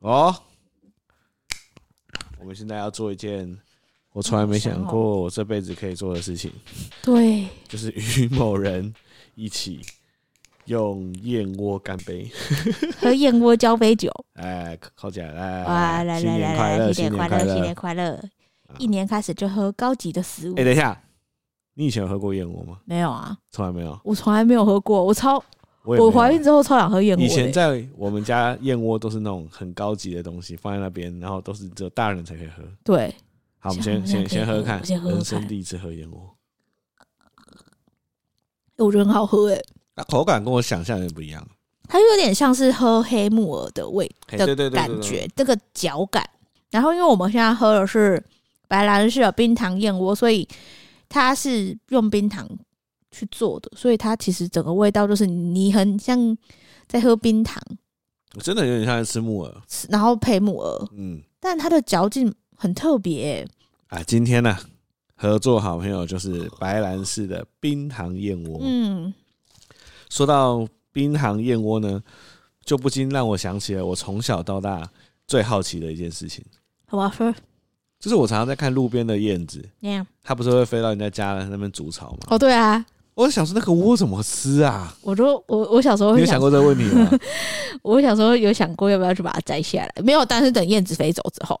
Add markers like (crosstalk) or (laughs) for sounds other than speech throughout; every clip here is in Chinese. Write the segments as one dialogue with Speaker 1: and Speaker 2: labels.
Speaker 1: 哦，我们现在要做一件我从来没想过
Speaker 2: 哦
Speaker 1: 我这辈子可以做的事情，
Speaker 2: 对，
Speaker 1: 就是与某人一起用燕窝干杯。
Speaker 2: 和燕窝交杯
Speaker 1: (laughs)
Speaker 2: 酒。
Speaker 1: 哎，靠起来！来
Speaker 2: 哇，来
Speaker 1: 新
Speaker 2: 来
Speaker 1: 年
Speaker 2: 来
Speaker 1: 快乐，
Speaker 2: 来，
Speaker 1: 新
Speaker 2: 新年
Speaker 1: 年
Speaker 2: 快
Speaker 1: 快乐！
Speaker 2: 乐，新
Speaker 1: 哎
Speaker 2: 年快乐！一年开始就喝高级的食物，、
Speaker 1: 等一下，你以前有喝过燕窝吗？
Speaker 2: 没有啊，
Speaker 1: 从来没有，
Speaker 2: 我从来没有喝过。我超
Speaker 1: 我也没有
Speaker 2: 我怀孕之后超想喝燕窝、
Speaker 1: 以
Speaker 2: 的。
Speaker 1: 前在我们家燕窝都是那种很高级的东西，放在那边，然后都是只有大人才可以喝。
Speaker 2: 对，
Speaker 1: 好，我们
Speaker 2: 像
Speaker 1: 先先先
Speaker 2: 我现在可以
Speaker 1: 喝
Speaker 2: 喝
Speaker 1: 看，
Speaker 2: 我先喝喝
Speaker 1: 人生
Speaker 2: 看
Speaker 1: 第一次喝燕窝，
Speaker 2: 我觉得很好喝诶、
Speaker 1: 那口感跟我想象的不一样。
Speaker 2: 它有点像是喝黑木耳的味
Speaker 1: 嘿
Speaker 2: 的
Speaker 1: 对对对对
Speaker 2: 感
Speaker 1: 对
Speaker 2: 觉，这个嚼感。然后因为我们现在喝的是白兰氏的冰糖燕窝，所以它是用冰糖去做的，所以它其实整个味道就是你很像在喝冰糖，
Speaker 1: 我真的有点像在吃木耳。
Speaker 2: 吃然后配木耳，
Speaker 1: 嗯，
Speaker 2: 但它的嚼劲很特别欸、
Speaker 1: 啊，今天呢、合作好朋友就是白兰氏的冰糖燕窝。
Speaker 2: 嗯，
Speaker 1: 说到冰糖燕窝呢，就不禁让我想起了我从小到大最好奇的一件事情，
Speaker 2: 好吧，说
Speaker 1: 就是我常常在看路边的燕子，
Speaker 2: 那样
Speaker 1: 它不是会飞到人家家那边筑巢吗？
Speaker 2: 哦，对啊，
Speaker 1: 我想说那个窝怎么吃啊？
Speaker 2: 我说我我小时候
Speaker 1: 你
Speaker 2: 会
Speaker 1: 有想过这个问题吗？
Speaker 2: 我小时候有想过要不要去把它摘下来，没有，但是等燕子飞走之后，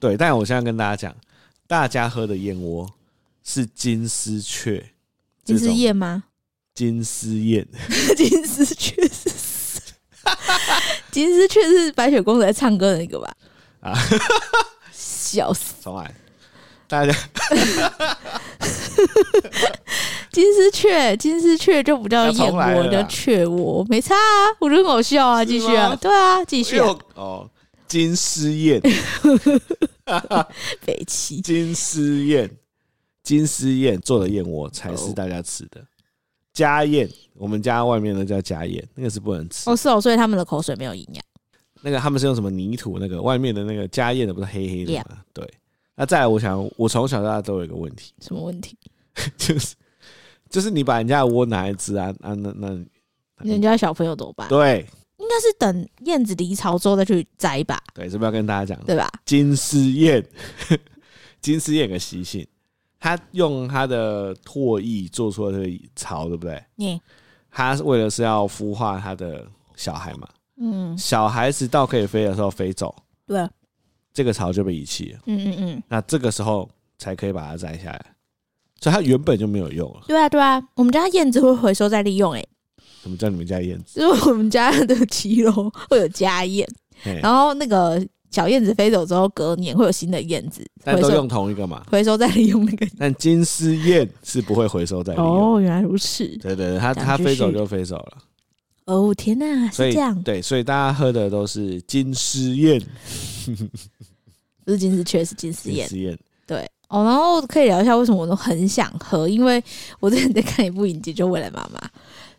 Speaker 1: 对，但我现在跟大家讲，大家喝的燕窝是金丝雀，
Speaker 2: 金丝，燕吗？ (laughs)
Speaker 1: 金丝燕，
Speaker 2: 金丝雀是谁金丝雀是白雪公主在唱歌的那个吧？
Speaker 1: 啊
Speaker 2: 啊，笑死！
Speaker 1: 重来。大家
Speaker 2: 金丝雀，金丝雀就不叫
Speaker 1: 要
Speaker 2: 燕
Speaker 1: 重来了
Speaker 2: 窝，
Speaker 1: 啦
Speaker 2: 叫雀窝，没差啊，我觉得很好笑啊，
Speaker 1: 是
Speaker 2: 继续啊
Speaker 1: 吗，
Speaker 2: 对啊，
Speaker 1: (laughs)
Speaker 2: 继续、啊
Speaker 1: 又，哦，金丝燕，
Speaker 2: 北齐
Speaker 1: 金丝燕，金丝燕做的燕窝才是大家吃的。家燕，我们家外面的叫家燕，那个是不能吃。
Speaker 2: 哦，是哦，所以他们的口水没有营养。
Speaker 1: 那个他们是用什么泥土？那个外面的那个家燕的不是黑黑的吗对。那再来，我想我从小到大都有一个问题， (laughs)
Speaker 2: 什么问题？
Speaker 1: 就是就是你把人家的窝拿来吃啊啊，那那
Speaker 2: 人家小朋友怎么办？
Speaker 1: 对
Speaker 2: 应该是等燕子离巢之后再去摘吧，
Speaker 1: 对，是不是要跟大家讲？
Speaker 2: 对吧？
Speaker 1: 金丝燕， (laughs) 金丝燕有个习性，它用它的唾液做出了这个巢，对不对？
Speaker 2: 你
Speaker 1: 它是为了是要孵化它的小孩嘛。
Speaker 2: 嗯，
Speaker 1: 小孩子到可以飞的时候飞走，
Speaker 2: 对，
Speaker 1: 这个巢就被遗弃了。
Speaker 2: 嗯嗯嗯，
Speaker 1: 那这个时候才可以把它摘下来，所以它原本就没有用了。
Speaker 2: 对啊对啊，我们家燕子会回收再利用、欸，哎，
Speaker 1: 什么叫你们家燕子？
Speaker 2: 就是我们家的骑楼会有家燕，
Speaker 1: 嘿
Speaker 2: 然后那个小燕子飞走之后，隔年会有新的燕子
Speaker 1: 但
Speaker 2: 回
Speaker 1: 都
Speaker 2: 收
Speaker 1: 用同一个嘛。
Speaker 2: 回收再利用那个。
Speaker 1: 但金丝燕是不会回收再利用。，
Speaker 2: 原来如此。
Speaker 1: 对对对，它
Speaker 2: 长
Speaker 1: 它
Speaker 2: 哦知
Speaker 1: 飞走
Speaker 2: 识
Speaker 1: 就飞走了。
Speaker 2: 哦天哪，
Speaker 1: 所
Speaker 2: 是
Speaker 1: 以
Speaker 2: 这样，
Speaker 1: 对，所以大家喝的都是金丝燕，
Speaker 2: 不是金丝雀，是金丝
Speaker 1: 金
Speaker 2: 燕。
Speaker 1: 丝燕。
Speaker 2: 对哦，然后可以聊一下为什么我都很想喝，因为我之前在看一部影集，就《未来妈妈》，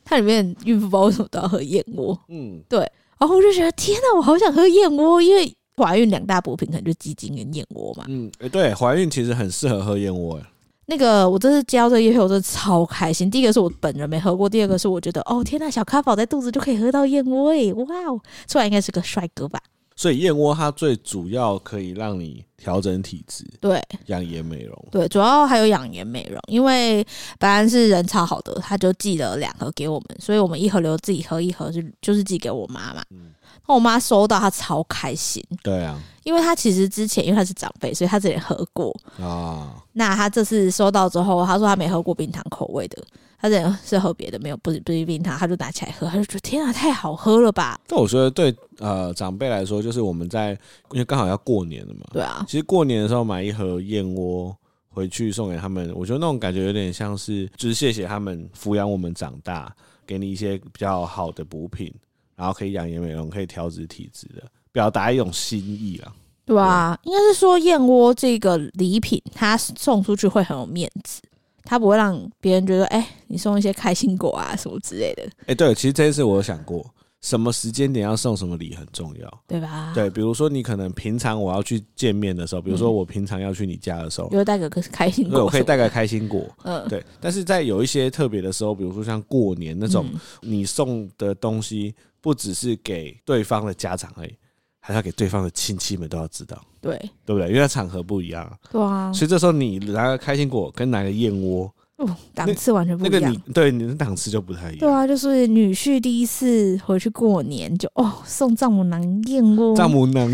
Speaker 2: 它里面孕妇不知道为什么都要喝燕窝，
Speaker 1: 嗯，
Speaker 2: 然后我就觉得天哪，我好想喝燕窝，因为怀孕两大补品可能就鸡精跟燕窝嘛。
Speaker 1: 嗯，诶对，怀孕其实很适合喝燕窝，诶
Speaker 2: 那个我这次教这叶片，我真的超开心。第一个是我本人没喝过，第二个是我觉得哦天呐，小咖宝在肚子就可以喝到燕窝诶，哇哦！出来应该是个帅哥吧？
Speaker 1: 所以燕窝它最主要可以让你调整体质，
Speaker 2: 对
Speaker 1: 养颜美
Speaker 2: (laughs)
Speaker 1: 容。
Speaker 2: 对，主要还有养颜美容，因为白兰是人超好的，他就寄了两盒给我们，所以我们一盒留自己喝，一盒就就是寄给我妈嘛。
Speaker 1: 嗯
Speaker 2: 那我妈收到她超开心，
Speaker 1: 对啊，
Speaker 2: 因为她其实之前因为她是长辈，所以她之前喝过，
Speaker 1: 啊，
Speaker 2: 那他这次收到之后，他说他没喝过冰糖口味的，他之前是喝别的，没有不是不是冰糖，他就拿起来喝，他就觉得天啊，太好喝了吧？
Speaker 1: 但我觉得对呃长辈来说，就是我们在因为刚好要过年了嘛，
Speaker 2: 对啊，
Speaker 1: 其实过年的时候买一盒燕窝回去送给他们，我觉得那种感觉有点像是，就是谢谢他们抚养我们长大，给你一些比较好的补品，然后可以养颜美容，可以调整体质的，表达一种心意啦。
Speaker 2: 对啊，应该是说燕窝这个礼品，它送出去会很有面子，它不会让别人觉得哎、你送一些开心果啊什么之类的，
Speaker 1: 哎、对，其实这一次我有想过，什么时间点要送什么礼很重要。
Speaker 2: 对吧？，
Speaker 1: 对，比如说你可能平常我要去见面的时候，比如
Speaker 2: 嗯
Speaker 1: 说我平常要去你家的时候，
Speaker 2: 就带个开心
Speaker 1: 对，
Speaker 2: 果，
Speaker 1: 我可以带，个开心果。
Speaker 2: 嗯，
Speaker 1: 对，但是在有一些特别的时候，比如说像过年那种，
Speaker 2: 嗯
Speaker 1: 你送的东西不只是给对方的家长而已，还是要给对方的亲戚们都要知道，
Speaker 2: 对，
Speaker 1: 对不对？因为它场合不一样啊，
Speaker 2: 对啊，
Speaker 1: 所以这时候你拿个开心果跟拿个燕窝，
Speaker 2: 哦，档次完全不
Speaker 1: 那
Speaker 2: 一
Speaker 1: 个
Speaker 2: 样。
Speaker 1: 你对你的档次就不太一
Speaker 2: 对
Speaker 1: 样。
Speaker 2: 啊，就是女婿第一次回去过年就，哦，送丈母娘燕窝，
Speaker 1: 丈母
Speaker 2: (laughs)
Speaker 1: 娘，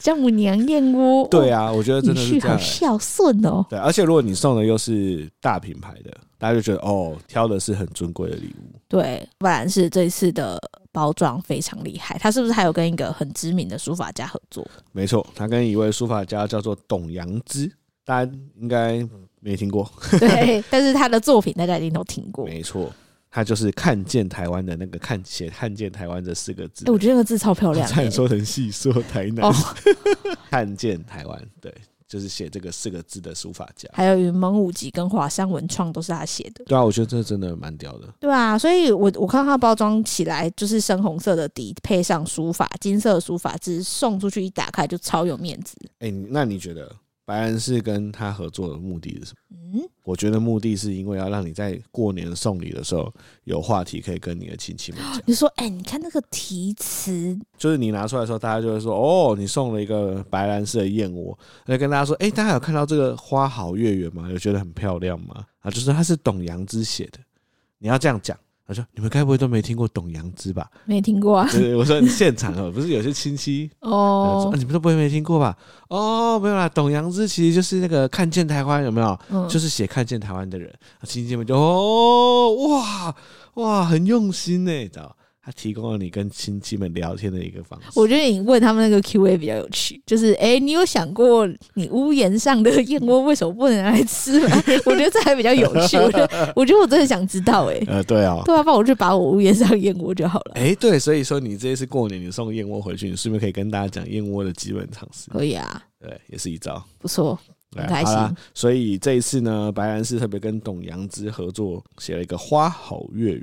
Speaker 2: 丈母娘燕窝，
Speaker 1: 对
Speaker 2: 啊，
Speaker 1: 啊，我觉得
Speaker 2: 女
Speaker 1: 真的是
Speaker 2: 婿
Speaker 1: 这
Speaker 2: 好
Speaker 1: 样、
Speaker 2: 孝顺哦。
Speaker 1: 对，而且如果你送的又是大品牌的，大家就觉得哦，挑的是很尊贵的礼物。
Speaker 2: 对，不然是这次的包装非常厉害，他是不是还有跟一个很知名的书法家合作？
Speaker 1: 没错，他跟一位书法家叫做董阳之，大家应该没听过。 (laughs)
Speaker 2: 对，但是他的作品大家一定都听过。哎、
Speaker 1: 没错，他就是看见台湾的那个看写看见台湾这四个字。
Speaker 2: 我觉得那个字超漂亮、
Speaker 1: 差点
Speaker 2: 欸。
Speaker 1: 说成细说台南，
Speaker 2: 哦，
Speaker 1: (laughs) 看见台湾，对，就是写这个四个字的书法家。
Speaker 2: 还有云门舞集跟华山文创都是他写的。
Speaker 1: 对啊，我觉得这真的蛮屌的。
Speaker 2: 对啊，所以我我看到它包装起来就是深红色的底，配上书法金色的书法字，送出去一打开就超有面子。
Speaker 1: 哎、你那你觉得白兰氏跟他合作的目的是什么？
Speaker 2: 嗯，
Speaker 1: 我觉得目的是因为要让你在过年送礼的时候有话题可以跟你的亲戚们讲，
Speaker 2: 你说，哎、你看那个题词，
Speaker 1: 就是你拿出来的时候，大家就会说哦，你送了一个白兰氏的燕窝，那就跟大家说，哎、大家有看到这个花好月圆吗？有觉得很漂亮吗？啊，就是它是董阳之写的，你要这样讲。他说：“你们该不会都没听过董阳之吧？
Speaker 2: 没听过啊？
Speaker 1: 就是我说你现场哦，不是有些亲戚然后说
Speaker 2: 哦
Speaker 1: 啊，，你们都不会没听过吧？哦，没有啦，董阳之其实就是那个看见台湾有没有？
Speaker 2: 嗯
Speaker 1: 就是呃写看见台湾的人，啊亲戚们就哦哇哇很用心呢，知道？他提供了你跟亲戚们聊天的一个方式。
Speaker 2: 我觉得你问他们那个 Q&A 比较有趣，就是哎、诶你有想过你屋檐上的燕窝为什么不能拿来吃吗？我觉得这还比较有趣。我觉得，我觉得我真的想知道哎、诶
Speaker 1: 呃，对哦，
Speaker 2: 对啊，不然我就把我屋檐上的燕窝就好了。
Speaker 1: 哎、对，所以说你这一次过年你送燕窝回去，你顺便可以跟大家讲燕窝的基本常识，
Speaker 2: 可以啊，
Speaker 1: 对，也是一招。
Speaker 2: 不错，
Speaker 1: 对
Speaker 2: 很开
Speaker 1: 哎好啦
Speaker 2: 心
Speaker 1: 所以这一次呢，白兰氏特别跟董阳之合作写了一个《花好月圆》。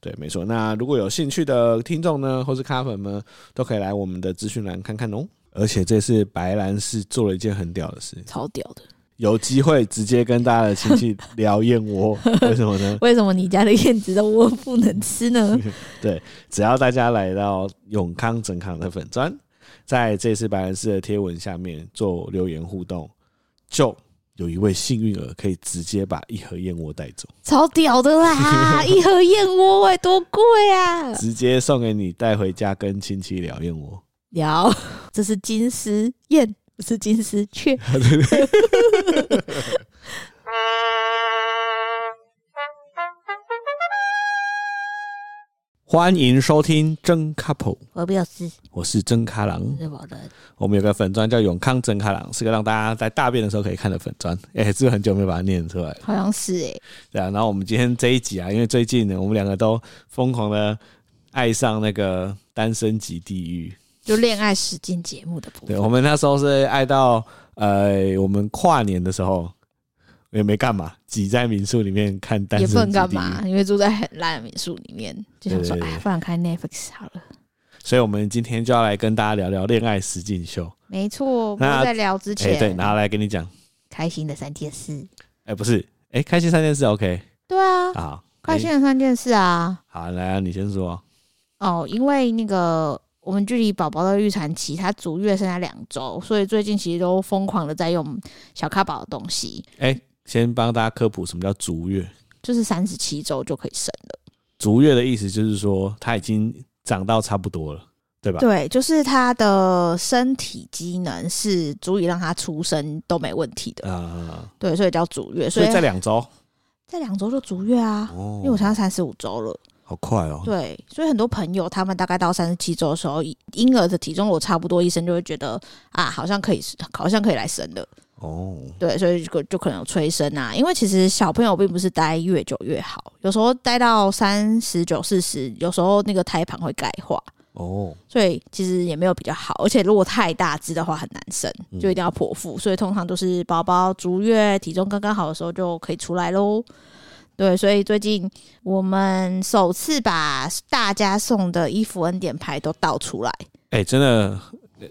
Speaker 1: 对，没错。那如果有兴趣的听众呢，或是咖粉们，都可以来我们的资讯栏看看哦。而且这次白兰氏做了一件很屌的事，
Speaker 2: 超屌的。
Speaker 1: 有机会直接跟大家的亲戚聊燕窝，
Speaker 2: (laughs)
Speaker 1: 为什么呢？
Speaker 2: 为什么你家的燕子的窝不能吃呢？
Speaker 1: 只要大家来到永康整康的粉砖，在这次白兰氏的贴文下面做留言互动，就有一位幸运儿可以直接把一盒燕窝带走。
Speaker 2: 超屌的啦！一盒燕窝哎、多贵啊！
Speaker 1: 直接送给你带回家跟亲戚聊燕
Speaker 2: (laughs)
Speaker 1: 窝。
Speaker 2: 聊，这是金丝燕，不是金丝雀。
Speaker 1: 欢迎收听真 couple，
Speaker 2: (laughs) 我不要吃，
Speaker 1: 我是真卡郎。
Speaker 2: 是我的。
Speaker 1: 我们有个粉砖叫永康真卡郎，是个让大家在大便的时候可以看的粉砖。哎、是不是很久没把它念出来了？
Speaker 2: 好像是哎、
Speaker 1: 对啊，然后我们今天这一集啊，因为最近呢，我们两个都疯狂的爱上那个单身级地狱。
Speaker 2: 就恋爱实践节目的部
Speaker 1: 对，
Speaker 2: 分。
Speaker 1: 我们那时候是爱到呃，我们跨年的时候也没干嘛，挤在民宿里面看单
Speaker 2: 也
Speaker 1: 身
Speaker 2: 不能
Speaker 1: 级
Speaker 2: 干
Speaker 1: 地狱
Speaker 2: 嘛，因为住在很烂的民宿里面，就想说，
Speaker 1: 对对对
Speaker 2: 哎，不然开 Netflix 好了。
Speaker 1: 所以我们今天就要来跟大家聊聊恋爱实境秀。
Speaker 2: 没错，不
Speaker 1: 那
Speaker 2: 过在聊之
Speaker 1: 哎、
Speaker 2: 前，
Speaker 1: 对，然后来跟你讲，
Speaker 2: 开心的三件事。
Speaker 1: 哎、不是，哎、开心三件事，OK，
Speaker 2: 对啊，
Speaker 1: 好，
Speaker 2: 开心
Speaker 1: 哎
Speaker 2: 的三件事啊。
Speaker 1: 好，来啊，你先说。
Speaker 2: 哦，因为那个我们距离宝宝的预产期，他足月剩下两周，所以最近其实都疯狂的在用小咖宝的东西，
Speaker 1: 哎、先帮大家科普什么叫足月。
Speaker 2: 就是三十七周就可以生了。
Speaker 1: 足月的意思就是说，它已经长到差不多了，对吧？
Speaker 2: 对，就是他的身体机能是足以让他出生都没问题的，
Speaker 1: 啊、
Speaker 2: 对，所以叫足月。
Speaker 1: 所
Speaker 2: 所以
Speaker 1: 以在两周
Speaker 2: 在两周就足月啊，
Speaker 1: 哦
Speaker 2: 因为我才到三十五周了。
Speaker 1: 好快哦。
Speaker 2: 对，所以很多朋友他们大概到三十七周的时候，婴儿的体重我差不多，医生就会觉得啊，好像可以，好像可以来生了。
Speaker 1: 哦，
Speaker 2: 对，所以就就可能有催生啊，因为其实小朋友并不是待越久越好，有时候待到三十九、四十，有时候那个胎盘会钙化，
Speaker 1: 哦，
Speaker 2: 所以其实也没有比较好。而且如果太大只的话很难生，
Speaker 1: 嗯
Speaker 2: 就一定要剖腹，所以通常都是宝宝足月体重刚刚好的时候就可以出来喽。对，所以最近我们首次把大家送的衣服恩典牌都倒出来，
Speaker 1: 哎、真的。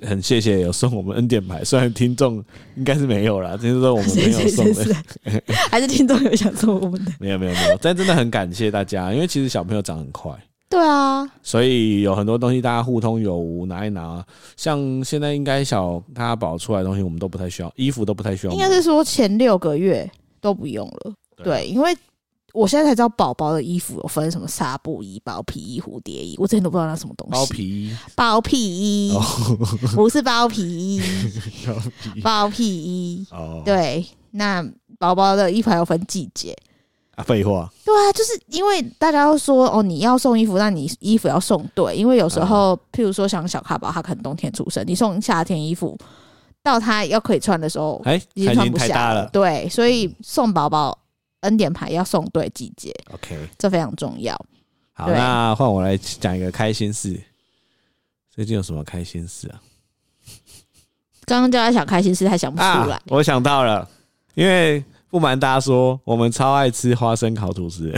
Speaker 1: 很谢谢有送我们恩典牌，虽然听众应该是没有啦，这是说我们没有
Speaker 2: (laughs) 是
Speaker 1: 送
Speaker 2: 是
Speaker 1: 的， (laughs)
Speaker 2: 是还是听众有想送我们的？
Speaker 1: 没有没有没有，但真的很感谢大家，因为其实小朋友长很快，
Speaker 2: 对啊，
Speaker 1: 所以有很多东西大家互通有无，拿一拿。像现在应该小咖宝出来的东西，我们都不太需要，衣服都不太需要买。
Speaker 2: 啊应该是说前六个月都不用了。
Speaker 1: 啊
Speaker 2: 对，因为我现在才知道宝宝的衣服有分什么纱布衣、包皮衣、蝴蝶衣，我之前都不知道那什么东西。
Speaker 1: 包皮衣，
Speaker 2: 包屁衣、
Speaker 1: 哦，
Speaker 2: (laughs) 不是包皮
Speaker 1: (laughs)
Speaker 2: 衣，
Speaker 1: 包皮衣
Speaker 2: 包屁衣。
Speaker 1: 哦，
Speaker 2: 对，那宝宝的衣服还有分季节。
Speaker 1: 啊，废话，
Speaker 2: 对啊，就是因为大家都说哦，你要送衣服，那你衣服要送对，因为有时候，
Speaker 1: 嗯
Speaker 2: 譬如说像小卡宝，他可能冬天出生，你送夏天衣服，到他要可以穿的时候，
Speaker 1: 哎，
Speaker 2: 已
Speaker 1: 他
Speaker 2: 经
Speaker 1: 已
Speaker 2: 穿
Speaker 1: 经
Speaker 2: 不
Speaker 1: 太
Speaker 2: 下
Speaker 1: 大了。嗯
Speaker 2: 对，所以送宝宝恩典牌要送对季节，
Speaker 1: OK，
Speaker 2: 这非常重要。
Speaker 1: 好，
Speaker 2: 对
Speaker 1: 那换我来讲一个开心事。最近有什么开心事啊？
Speaker 2: 刚刚叫他想开心事，还想不出来。
Speaker 1: 啊，我想到了，因为不瞒大家说，我们超爱吃花生烤吐司。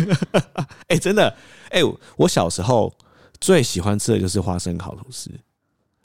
Speaker 1: (laughs) 哎、真的，哎、我我小时候最喜欢吃的就是花生烤吐司，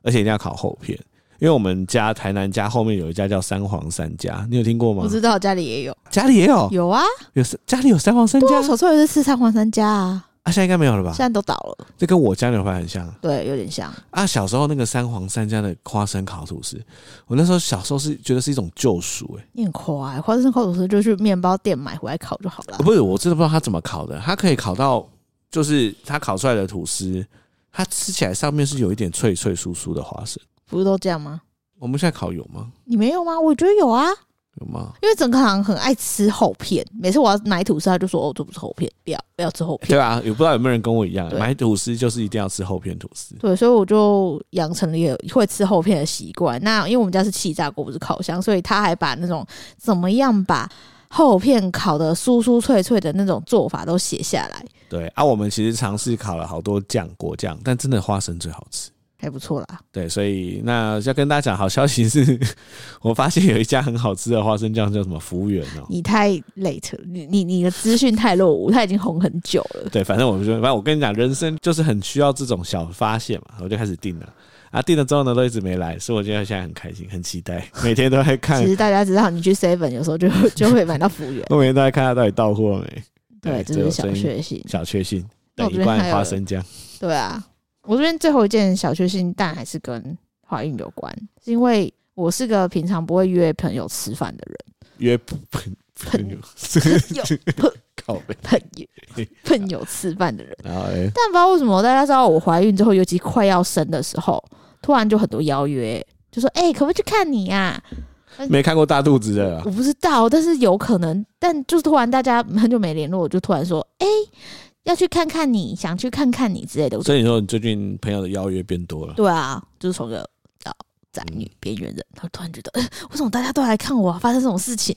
Speaker 1: 而且一定要烤厚片，因为我们家台南家后面有一家叫三皇三家，你有听过吗
Speaker 2: 我？知道家里也有，
Speaker 1: 家里也有，
Speaker 2: 有啊，
Speaker 1: 有三家里有三皇三
Speaker 2: 对
Speaker 1: 家
Speaker 2: 啊，小时候也是吃三皇三家啊，
Speaker 1: 啊，现在应该没有了吧
Speaker 2: 现？在都倒了，
Speaker 1: 这跟我家牛排很像啊
Speaker 2: 对，有点像。
Speaker 1: 啊！小时候那个三皇三家的花生烤吐司，我那时候小时候是觉得是一种救赎、哎。
Speaker 2: 你很快、花生烤吐司就去面包店买回来烤就好了。
Speaker 1: 哦不是，我真的不知道它怎么烤的。它可以烤到，就是它烤出来的吐司，它吃起来上面是有一点脆脆酥酥的花生。
Speaker 2: 不是都这样吗？
Speaker 1: 我们现在烤有吗？
Speaker 2: 你没有吗？我觉得有啊，
Speaker 1: 有吗？
Speaker 2: 因为整个行很爱吃厚片，每次我要买吐司，他就说：“哦，这不是厚片，不要不要吃厚片。
Speaker 1: 对啊，也不知道有没有人跟我一样，
Speaker 2: 对
Speaker 1: 买吐司就是一定要吃厚片吐司。
Speaker 2: 对，所以我就养成了也会吃厚片的习惯。那因为我们家是气炸锅，不是烤箱，所以他还把那种怎么样把厚片烤的酥酥脆脆的那种做法都写下来，
Speaker 1: 对啊，我们其实尝试烤了好多酱果酱，但真的花生最好吃。
Speaker 2: 还不错啦。
Speaker 1: 对，所以那要跟大家讲好消息是， (laughs) 我发现有一家很好吃的花生酱叫什么服务员哦、
Speaker 2: 你太 late，了你你你的资讯太落伍，他已经红很久了。
Speaker 1: 对，反正我们就，反正我跟你讲，人生就是很需要这种小发现嘛，我就开始订了。啊，订了之后呢，都一直没来，所以我觉得现在很开心，很期待，每天都在看
Speaker 2: (laughs) 其，实大家知道，你去 Seven 有时候就
Speaker 1: (laughs)
Speaker 2: 就会买到服务员，
Speaker 1: 我每天都在看他到底到货了没。
Speaker 2: 对，
Speaker 1: 这
Speaker 2: 这是
Speaker 1: 有
Speaker 2: 小
Speaker 1: 声音
Speaker 2: 确幸。
Speaker 1: 小确幸，
Speaker 2: 那
Speaker 1: 等
Speaker 2: 我
Speaker 1: 一
Speaker 2: 这边
Speaker 1: 罐
Speaker 2: 还有
Speaker 1: 花生酱。
Speaker 2: 对啊，我这边最后一件小确幸，但还是跟怀孕有关，是因为我是个平常不会约朋友吃饭的人， (laughs)
Speaker 1: 约朋朋友，
Speaker 2: 朋友
Speaker 1: (laughs) 靠背。
Speaker 2: 朋友
Speaker 1: (laughs)
Speaker 2: 朋友吃饭的人。
Speaker 1: 然后哎，
Speaker 2: 但不知道为什么，大家知道我怀孕之后，尤其快要生的时候，突然就很多邀约，就说：“哎、可不可以去看你呀、
Speaker 1: 没看过大肚子的啊啦
Speaker 2: 我，不知道，但是有可能，但就是突然大家很久没联络，我就突然说：“哎、要去看看你，想去看看你之类的。”我就
Speaker 1: 所以你说你最近朋友的邀约变多了，
Speaker 2: 对啊，就是从个叫宅
Speaker 1: 嗯
Speaker 2: 女边缘人，然后突然觉得，呃为什么大家都来看我、啊？发生这种
Speaker 1: (laughs)
Speaker 2: 事情，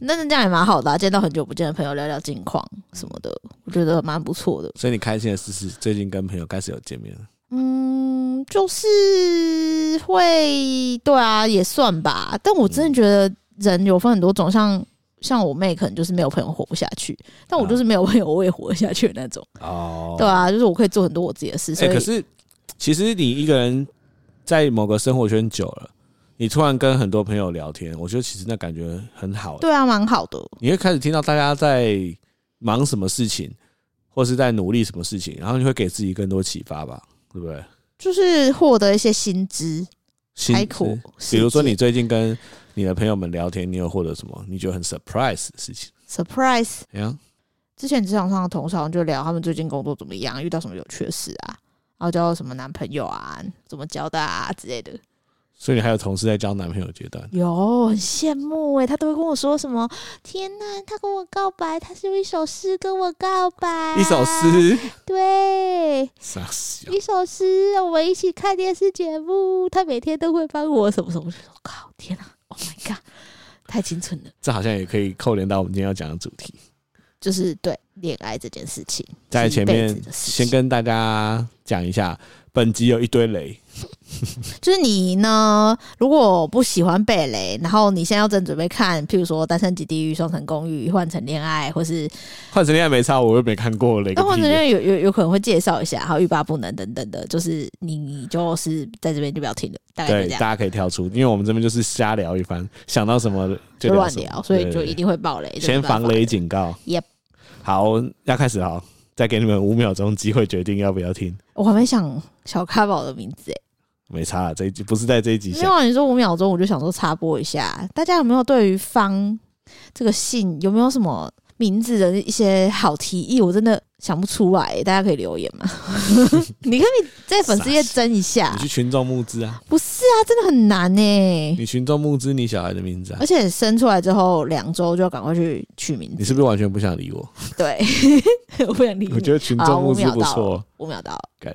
Speaker 2: 那那这样也蛮好的、啊，见到很久不见的朋友，聊聊近况什么的，我觉得蛮不错的。
Speaker 1: 所以你开心的事是最近跟朋友开始有见面了。
Speaker 2: 嗯，就是会，对啊，也算吧。但我
Speaker 1: 嗯
Speaker 2: 真的觉得人有分很多种，像像我妹可能就是没有朋友活不下去，但我就是没有朋友我也活得下去的那种。
Speaker 1: 啊哦
Speaker 2: 对啊，就是我可以做很多我自己的事，所
Speaker 1: 哎、
Speaker 2: 以、
Speaker 1: 可是其实你一个人在某个生活圈久了，你突然跟很多朋友聊天，我觉得其实那感觉很好、欸
Speaker 2: 对啊，蛮好的。
Speaker 1: 你会开始听到大家在忙什么事情，或是在努力什么事情，然后你会给自己更多启发吧，对不对？
Speaker 2: 就是获得一些新知，
Speaker 1: 新
Speaker 2: 开阔世
Speaker 1: 比如说
Speaker 2: 界
Speaker 1: 你最近跟你的朋友们聊天，你有获得什么你觉得很 surprise 的事情？
Speaker 2: surprise。
Speaker 1: 怎样？
Speaker 2: 之前职场上的同事好像就聊他们最近工作怎么样，遇到什么有趣的事啊，然后交到什么男朋友啊，怎么交的啊之类的。
Speaker 1: 所以你还有同事在交男朋友阶段，
Speaker 2: 有很羡慕诶、欸他都会跟我说什么？天呐，他跟我告白，他是用一首诗跟我告白，
Speaker 1: 一首，诗，
Speaker 2: 啊对，
Speaker 1: 傻笑。
Speaker 2: 一首诗，我们一起看电视节目，他每天都会帮我什么什么，我就说靠，天呐 o h my god，太清纯了，
Speaker 1: 这好像也可以扣连到我们今天要讲的主题。
Speaker 2: 就是对恋爱这件事情，
Speaker 1: 在
Speaker 2: 是一
Speaker 1: 前
Speaker 2: 辈
Speaker 1: 面
Speaker 2: 子的事
Speaker 1: 先
Speaker 2: 情
Speaker 1: 跟大家讲一下，本集有一堆雷，
Speaker 2: 就是你呢，如果不喜欢被雷，然后你现在要正准备看，譬如说《单身即地狱》《双城公寓》《换成恋爱》，或是
Speaker 1: 换成恋爱没差，我又没看过雷个
Speaker 2: 但换
Speaker 1: 屁啊
Speaker 2: 成恋
Speaker 1: 耶。
Speaker 2: 爱有有有可能会介绍一下，还有欲罢不能等等的，就是你你就是在这边就不要听了，大概
Speaker 1: 对
Speaker 2: 就，这
Speaker 1: 大
Speaker 2: 样，
Speaker 1: 家可以跳出，因为我们这边就是瞎聊一番，想到什么就
Speaker 2: 就乱
Speaker 1: 什么
Speaker 2: 聊，所以
Speaker 1: 对
Speaker 2: 就
Speaker 1: 对
Speaker 2: 一定会爆雷，
Speaker 1: 先防雷警告。
Speaker 2: Yep
Speaker 1: 好，要开始了哦。再给你们五秒钟机会决定要不要听。
Speaker 2: 我还没想小咖宝的名字欸诶、
Speaker 1: 没差啦，这一集不是在这一集
Speaker 2: 没有
Speaker 1: 想，
Speaker 2: 啊，你说五秒钟，我就想说插播一下，大家有没有对于方这个姓有没有什么名字的一些好提议？我真的想不出来、大家可以留言吗？ (laughs) 你可以在粉丝页争一下
Speaker 1: (laughs) 你，去群众募资啊，
Speaker 2: 不是啊，真的很难呢、
Speaker 1: 你群众募资你小孩的名字啊
Speaker 2: 而，且生出来之后两周就要赶快去取名
Speaker 1: 你
Speaker 2: 字，
Speaker 1: 是不是完全不想理我？
Speaker 2: 对， (laughs) 我不想理
Speaker 1: 我
Speaker 2: 你
Speaker 1: 觉。得群
Speaker 2: 好
Speaker 1: 众募
Speaker 2: 五
Speaker 1: 资
Speaker 2: 秒
Speaker 1: 不
Speaker 2: 到
Speaker 1: 错
Speaker 2: 了，五秒到了，
Speaker 1: 感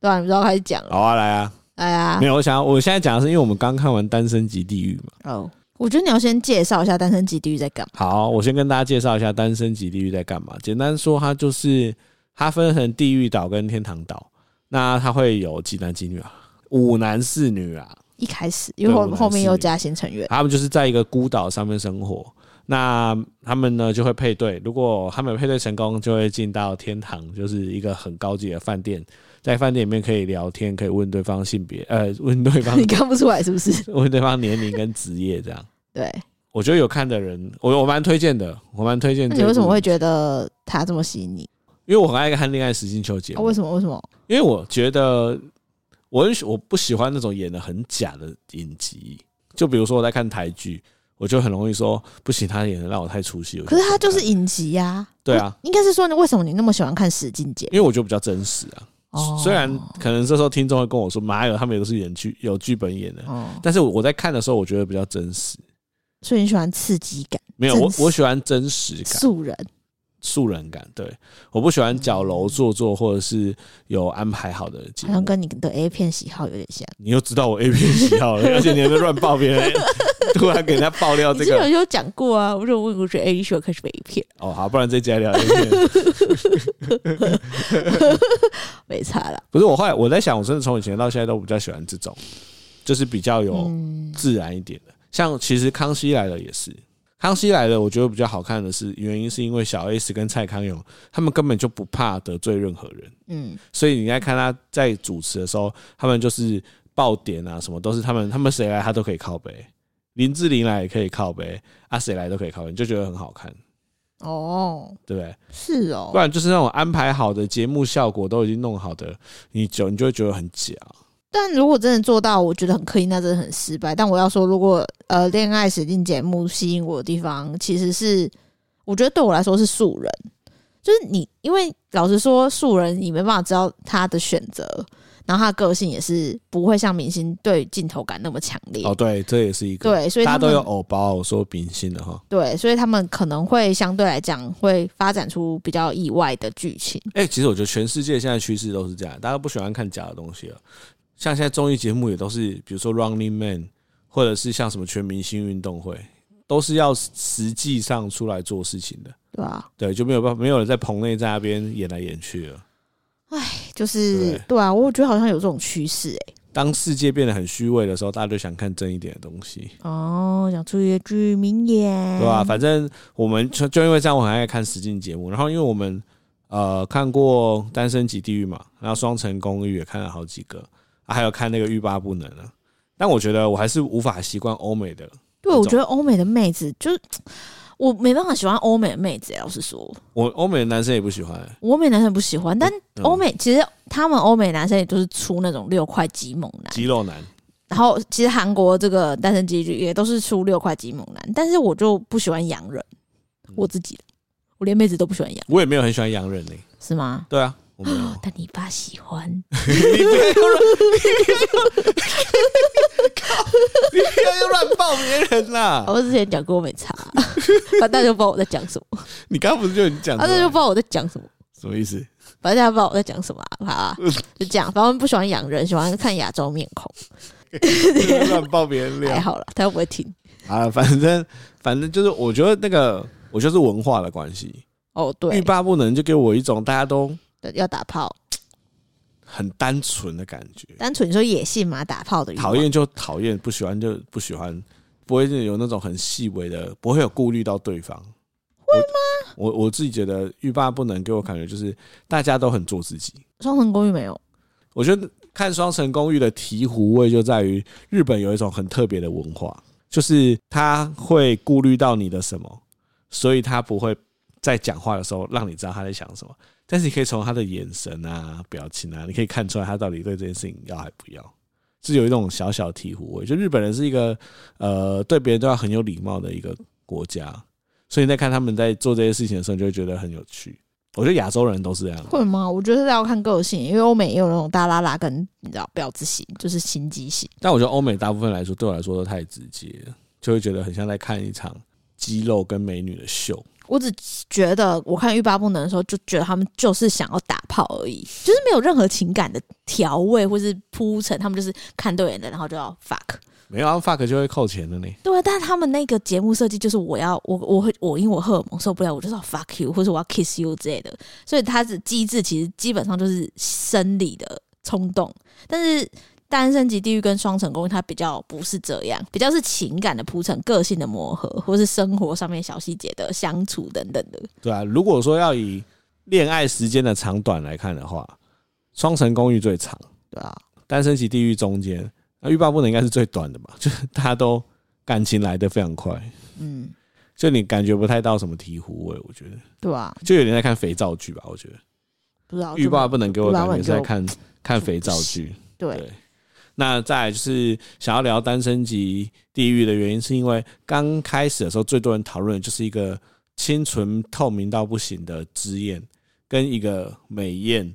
Speaker 2: 对啊，你不知道开始讲了，
Speaker 1: 好啊，来啊，
Speaker 2: 哎呀
Speaker 1: 没，有，我想要我现在讲的是，因为我们刚看完《单身级地狱》嘛。
Speaker 2: 哦，我觉得你要先介绍一下单身级地狱在干嘛。
Speaker 1: 好，我先跟大家介绍一下《单身级地狱》在干嘛。简单说，它就是它分成地狱岛跟天堂岛，那它会有几男几女啊？五男四女啊，
Speaker 2: 一开始，因为
Speaker 1: 我
Speaker 2: 后
Speaker 1: 们
Speaker 2: 后面
Speaker 1: 是
Speaker 2: 又加新成员，
Speaker 1: 他们就是在一个孤岛上面生活。那他们呢就会配对，如果他们配对成功，就会进到天堂，就是一个很高级的饭店，在饭店里面可以聊天，可以问对方性别，呃，问对
Speaker 2: (laughs)
Speaker 1: 方
Speaker 2: 你看不出来是不是？
Speaker 1: 问对方年龄跟职业这样。
Speaker 2: 对，
Speaker 1: 我觉得有看的人，我我蛮推荐的，我蛮推荐
Speaker 2: 那
Speaker 1: 这一
Speaker 2: 你
Speaker 1: 部。
Speaker 2: 为什么会觉得他这么吸引你？
Speaker 1: 因为我很爱看《恋爱实境秀》节
Speaker 2: 啊、
Speaker 1: 目
Speaker 2: 为，什么？为什么？
Speaker 1: 因为我觉得我很喜我不喜欢那种演的很假的影集。就比如说我在看台剧，我就很容易说不行，他演的让我太出戏。我
Speaker 2: 可是他就是
Speaker 1: 不想看
Speaker 2: 影集呀、啊。
Speaker 1: 对啊，
Speaker 2: 应该是说你为什么你那么喜欢看史进节？
Speaker 1: 因为我觉得比较真实啊。
Speaker 2: 哦，
Speaker 1: 虽然可能这时候听众会跟我说，马友他们也都是演剧有剧本演的，
Speaker 2: 哦，
Speaker 1: 但是我在看的时候，我觉得比较真实。
Speaker 2: 所以你喜欢刺激感、
Speaker 1: 没有我
Speaker 2: 真实
Speaker 1: 我喜欢真实感。
Speaker 2: 素人
Speaker 1: 素人感，对，我不喜欢矫揉做作或者是有安排好的节
Speaker 2: 好像
Speaker 1: 目。
Speaker 2: 跟你的 A 片喜好有点像。
Speaker 1: 你又知道我 A 片喜好
Speaker 2: (laughs)
Speaker 1: 了，而且你还在乱爆别人，突然给人家爆料
Speaker 2: 你
Speaker 1: 哦这
Speaker 2: 之前
Speaker 1: 个，
Speaker 2: 有讲过啊，我就问过是 A 秀可是 A 片，
Speaker 1: 哦，好，不然这家聊 A 片。
Speaker 2: 没差了。
Speaker 1: 不是我后来我在想，我真的从以前到现在都比较喜欢这种，就是比较有
Speaker 2: 嗯，
Speaker 1: 自然一点的。像其实《康熙来了》也是，《康熙来了》我觉得比较好看的是，原因是因为小 S 跟蔡康永他们根本就不怕得罪任何人。
Speaker 2: 嗯，
Speaker 1: 所以你在看他在主持的时候，他们就是爆点啊，什么都是他们，他们谁来他都可以靠背，林志玲来也可以靠背，啊谁来都可以靠背，你就觉得很好看，
Speaker 2: 哦，
Speaker 1: 对不对？
Speaker 2: 是哦
Speaker 1: 不，然就是那种安排好的节目效果都已经弄好的，你就你就会觉得很假。
Speaker 2: 但如果真的做到，我觉得很刻意，那真的很失败。但我要说，如果呃恋爱实境节目吸引我的地方，其实是我觉得对我来说是素人，就是你，因为老实说，素人你没办法知道他的选择，然后他的个性也是不会像明星对镜头感那么强烈。
Speaker 1: 哦，对，这也是一个，
Speaker 2: 对，所以
Speaker 1: 大
Speaker 2: 他
Speaker 1: 家
Speaker 2: 们
Speaker 1: 都有偶包，我说明星的哈。
Speaker 2: 对，所以他们可能会相对来讲会发展出比较意外的剧情。
Speaker 1: 哎、其实我觉得全世界现在趋势都是这样，大家不喜欢看假的东西了。像现在综艺节目也都是，比如说《Running Man》，或者是像什么全明星运动会，都是要实际上出来做事情的。
Speaker 2: 对啊，
Speaker 1: 对，就没有办法，没有人在棚内在那边演来演去了。
Speaker 2: 就是
Speaker 1: 对
Speaker 2: 对啊，我觉得好像有这种趋势哎。
Speaker 1: 当世界变得很虚伪的时候，大家就想看真一点的东西，
Speaker 2: 哦，讲出一句名言，
Speaker 1: 对啊吧、反正我们就就因为这样，我很爱看实境节目。然后因为我们呃看过《单身级地狱》嘛，然后《双城公寓》也看了好几个，啊、还有看那个《欲罢不能》啊。但我觉得我还是无法习惯欧美的，
Speaker 2: 对，
Speaker 1: 那
Speaker 2: 我
Speaker 1: 种
Speaker 2: 觉得欧美的妹子就是。我没办法喜欢欧美的妹子、老实说，
Speaker 1: 我欧美的男生也不喜欢、欸
Speaker 2: 我欧美男生不喜欢，但
Speaker 1: 嗯
Speaker 2: 欧美、其实他们欧美男生也都是出那种六块肌猛男，
Speaker 1: 肌肉男。
Speaker 2: 然后其实韩国这个单身机剧也都是出六块肌猛男，但是我就不喜欢洋人，
Speaker 1: 嗯
Speaker 2: 我自己的，我连妹子都不喜欢洋，
Speaker 1: 我也没有很喜欢洋人呢、
Speaker 2: 是吗？。
Speaker 1: 对啊，我没有
Speaker 2: 但你爸喜欢，
Speaker 1: (laughs) 你不要又乱，你不要又乱爆别人啦！
Speaker 2: 我之前讲过我没差，反正大家就不知道我在讲什么，
Speaker 1: 你刚刚不是就已经讲
Speaker 2: 大家就不
Speaker 1: 了
Speaker 2: 知道我在讲什么。
Speaker 1: 什么意思？ (laughs)
Speaker 2: 反正大家不知道我在讲什么、啊，好啊，就这样。反正不喜欢洋人，喜欢看亚洲面孔，
Speaker 1: 乱爆别人
Speaker 2: 还
Speaker 1: 料
Speaker 2: 好啦，他又不会听。
Speaker 1: 啊！反正反正就是，我觉得那个，我觉得是文化的关系，
Speaker 2: 哦，
Speaker 1: 欲
Speaker 2: 对，
Speaker 1: 罢不能，就给我一种大家都
Speaker 2: 对要打炮，
Speaker 1: 很单纯的感觉。
Speaker 2: 单纯说野性嘛，打炮的欲望
Speaker 1: 讨。厌就讨厌，不喜欢就不喜欢，不会有那种很细微的，不会有顾虑到对方。会吗？我我自己觉得欲罢不能，给我感觉就是大家都很做自己。
Speaker 2: 双层公寓没有，
Speaker 1: 我觉得看《双城公寓》的醍醐味就在于日本有一呃种很特别的文化，就是他会顾虑到你的什么，所以他不会在讲话的时候让你知道他在想什么，但是你可以从他的眼神啊、表情啊，你可以看出来他到底对这件事情要还不要，是有一种小小醍醐味。就日本人是一个呃对别人都要很有礼貌的一个国家，所以你在看他们在做这些事情的时候，你就会觉得很有趣。我觉得亚洲人都是这样，
Speaker 2: 会吗？我觉得是要看个性，因为欧美也有那种大拉拉跟你知道婊子型，就是心机型。
Speaker 1: 但我觉得欧美大部分来说，对我来说都太直接了，就会觉得很像在看一场肌肉跟美女的秀。
Speaker 2: 我只觉得我看欲罢不能的时候，就觉得他们就是想要打炮而已，就是没有任何情感的调味或是铺陈，他们就是看对眼了，然后就要 fuck。
Speaker 1: 没有啊，fuck 就会扣钱的呢。
Speaker 2: 对，啊但他们那个节目设计就是我要我我会我因为我荷尔蒙受不了，我就是要 fuck you 或者我要 kiss you 之类的，所以它的机制其实基本上就是生理的冲动，但是。单身级地狱跟双城公寓，它比较不是这样，比较是情感的铺陈、个性的磨合，或是生活上面小细节的相处等等的。
Speaker 1: 对啊，如果说要以恋爱时间的长短来看的话，《双城公寓》最长，
Speaker 2: 对啊，
Speaker 1: 单身级地狱中间，那欲罢不能应该是最短的吧？ (laughs) 就是大家都感情来得非常快，
Speaker 2: 嗯，
Speaker 1: 就你感觉不太到什么醍醐味，我觉得
Speaker 2: 对啊，
Speaker 1: 就有点在看肥皂剧吧。我觉得
Speaker 2: 不知道
Speaker 1: 《欲罢不能》给我感觉
Speaker 2: 欲
Speaker 1: 是
Speaker 2: 罢
Speaker 1: 在
Speaker 2: 不能就
Speaker 1: 看看肥皂剧。
Speaker 2: 对
Speaker 1: 对那再来就是想要聊单身级地狱的原因，是因为刚开始的时候，最多人讨论的就是一个清纯透明到不行的脂艳，跟一个美艳，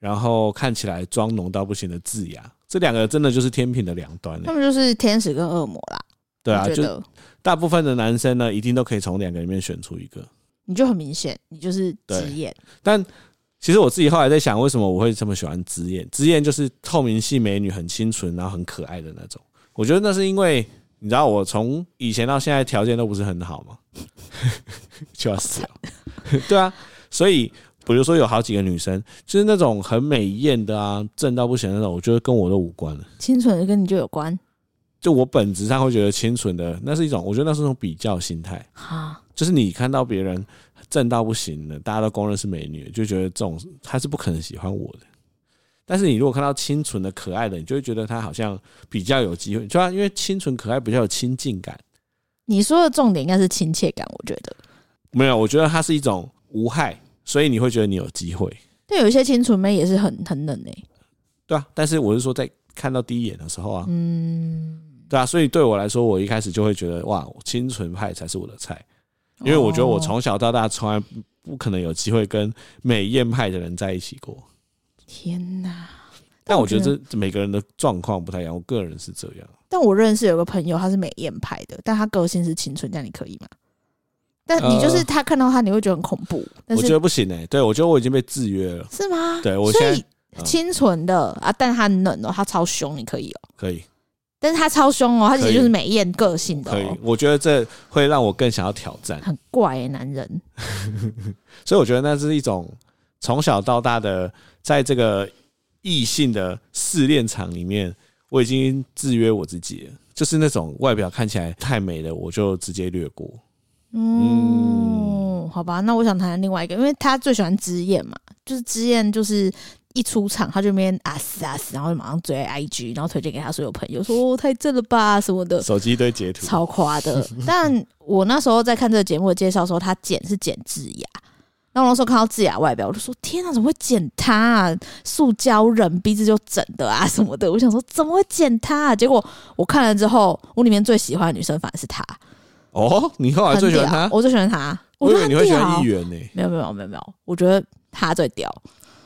Speaker 1: 然后看起来妆浓到不行的智雅，这两个真的就是天平的两端欸、
Speaker 2: 他们就是天使跟恶魔啦。
Speaker 1: 对啊，
Speaker 2: 我觉
Speaker 1: 就
Speaker 2: 得
Speaker 1: 大部分的男生呢，一定都可以从两个里面选出一个。
Speaker 2: 你就很明显，你就是
Speaker 1: 对
Speaker 2: 直眼，
Speaker 1: 但其实我自己后来在想，为什么我会这么喜欢紫燕？紫燕就是透明系美女，很清纯，然后很可爱的那种。我觉得那是因为你知道，我从以前到现在条件都不是很好嘛， (laughs) 就要死了。对啊，所以比如说有好几个女生，就是那种很美艳的啊，正到不行的那种，我觉得跟我都无关了。
Speaker 2: 清纯的跟你就有关
Speaker 1: 就我本质上会觉得清纯的，那是一种，我觉得那是一种比较心态。
Speaker 2: 哈。
Speaker 1: 就是你看到别人正到不行的，大家都公认是美女，就觉得这种她是不可能喜欢我的。但是你如果看到清纯的、可爱的，你就会觉得她好像比较有机会，就啊，因为清纯可爱比较有亲近感。
Speaker 2: 你说的重点应该是亲切感，我觉得。
Speaker 1: 没有，我觉得它是一种无害，所以你会觉得你有机会，
Speaker 2: 但有一些清纯妹也是很很冷诶、欸
Speaker 1: 对啊。但是我是说，在看到第一眼的时候啊，
Speaker 2: 嗯，
Speaker 1: 对啊，所以对我来说，我一开始就会觉得哇，清纯派才是我的菜，因为我觉得我
Speaker 2: 哦、
Speaker 1: 从小到大从来不可能有机会跟美艳派的人在一起过。
Speaker 2: 天哪！
Speaker 1: 但我觉得这每个人的状况不太一样，我个人是这样。
Speaker 2: 但我认识有个朋友，他是美艳派的，但他个性是清纯，这样你可以吗？但你就是
Speaker 1: 呃
Speaker 2: 他看到他，你会觉得很恐怖，但
Speaker 1: 我觉
Speaker 2: 是
Speaker 1: 得不行哎、对我觉得我已经被制约了。
Speaker 2: 是吗？
Speaker 1: 对我
Speaker 2: 所
Speaker 1: 现
Speaker 2: 以
Speaker 1: 在嗯
Speaker 2: 清纯的、啊，但他很冷哦，他超凶，你可以哦，
Speaker 1: 可以，
Speaker 2: 但是他超凶哦，他其
Speaker 1: 可
Speaker 2: 实
Speaker 1: 以
Speaker 2: 就是美艳个性的、
Speaker 1: 可以
Speaker 2: 哦，，
Speaker 1: 我觉得这会让我更想要挑战，
Speaker 2: 很怪、欸、男人，
Speaker 1: 所以我觉得那是一种从小到大的在这个异性的试炼场里面，我已经制约我自己了。就是那种外表看起来太美的，我就直接略过。
Speaker 2: 嗯，好吧，那我想谈另外一个，因为他最喜欢之燕嘛，就是之燕就是一出场他就那边啊死啊死，然后就马上追 IG，然后推荐给他所有朋友，说哦太正了吧什么的，
Speaker 1: 手机一堆截图，
Speaker 2: 超夸的。但我那时候在看这个节目的介绍的时候，他剪是剪智雅，然后我那时候看到智雅外表，我就说天啊，怎么会剪她、啊？塑胶人鼻子就整的啊什么的，我想说怎么会剪她、啊？结果我看了之后，我里面最喜欢的女生反而是她，
Speaker 1: 哦，你后来
Speaker 2: 很
Speaker 1: 最喜欢
Speaker 2: 屌
Speaker 1: 他？
Speaker 2: 我最喜欢她，
Speaker 1: 我
Speaker 2: 觉
Speaker 1: 以为
Speaker 2: 得她
Speaker 1: 你会喜
Speaker 2: 屌
Speaker 1: 欢议员欸呢、
Speaker 2: 没有没有没有没有，我觉得他最屌。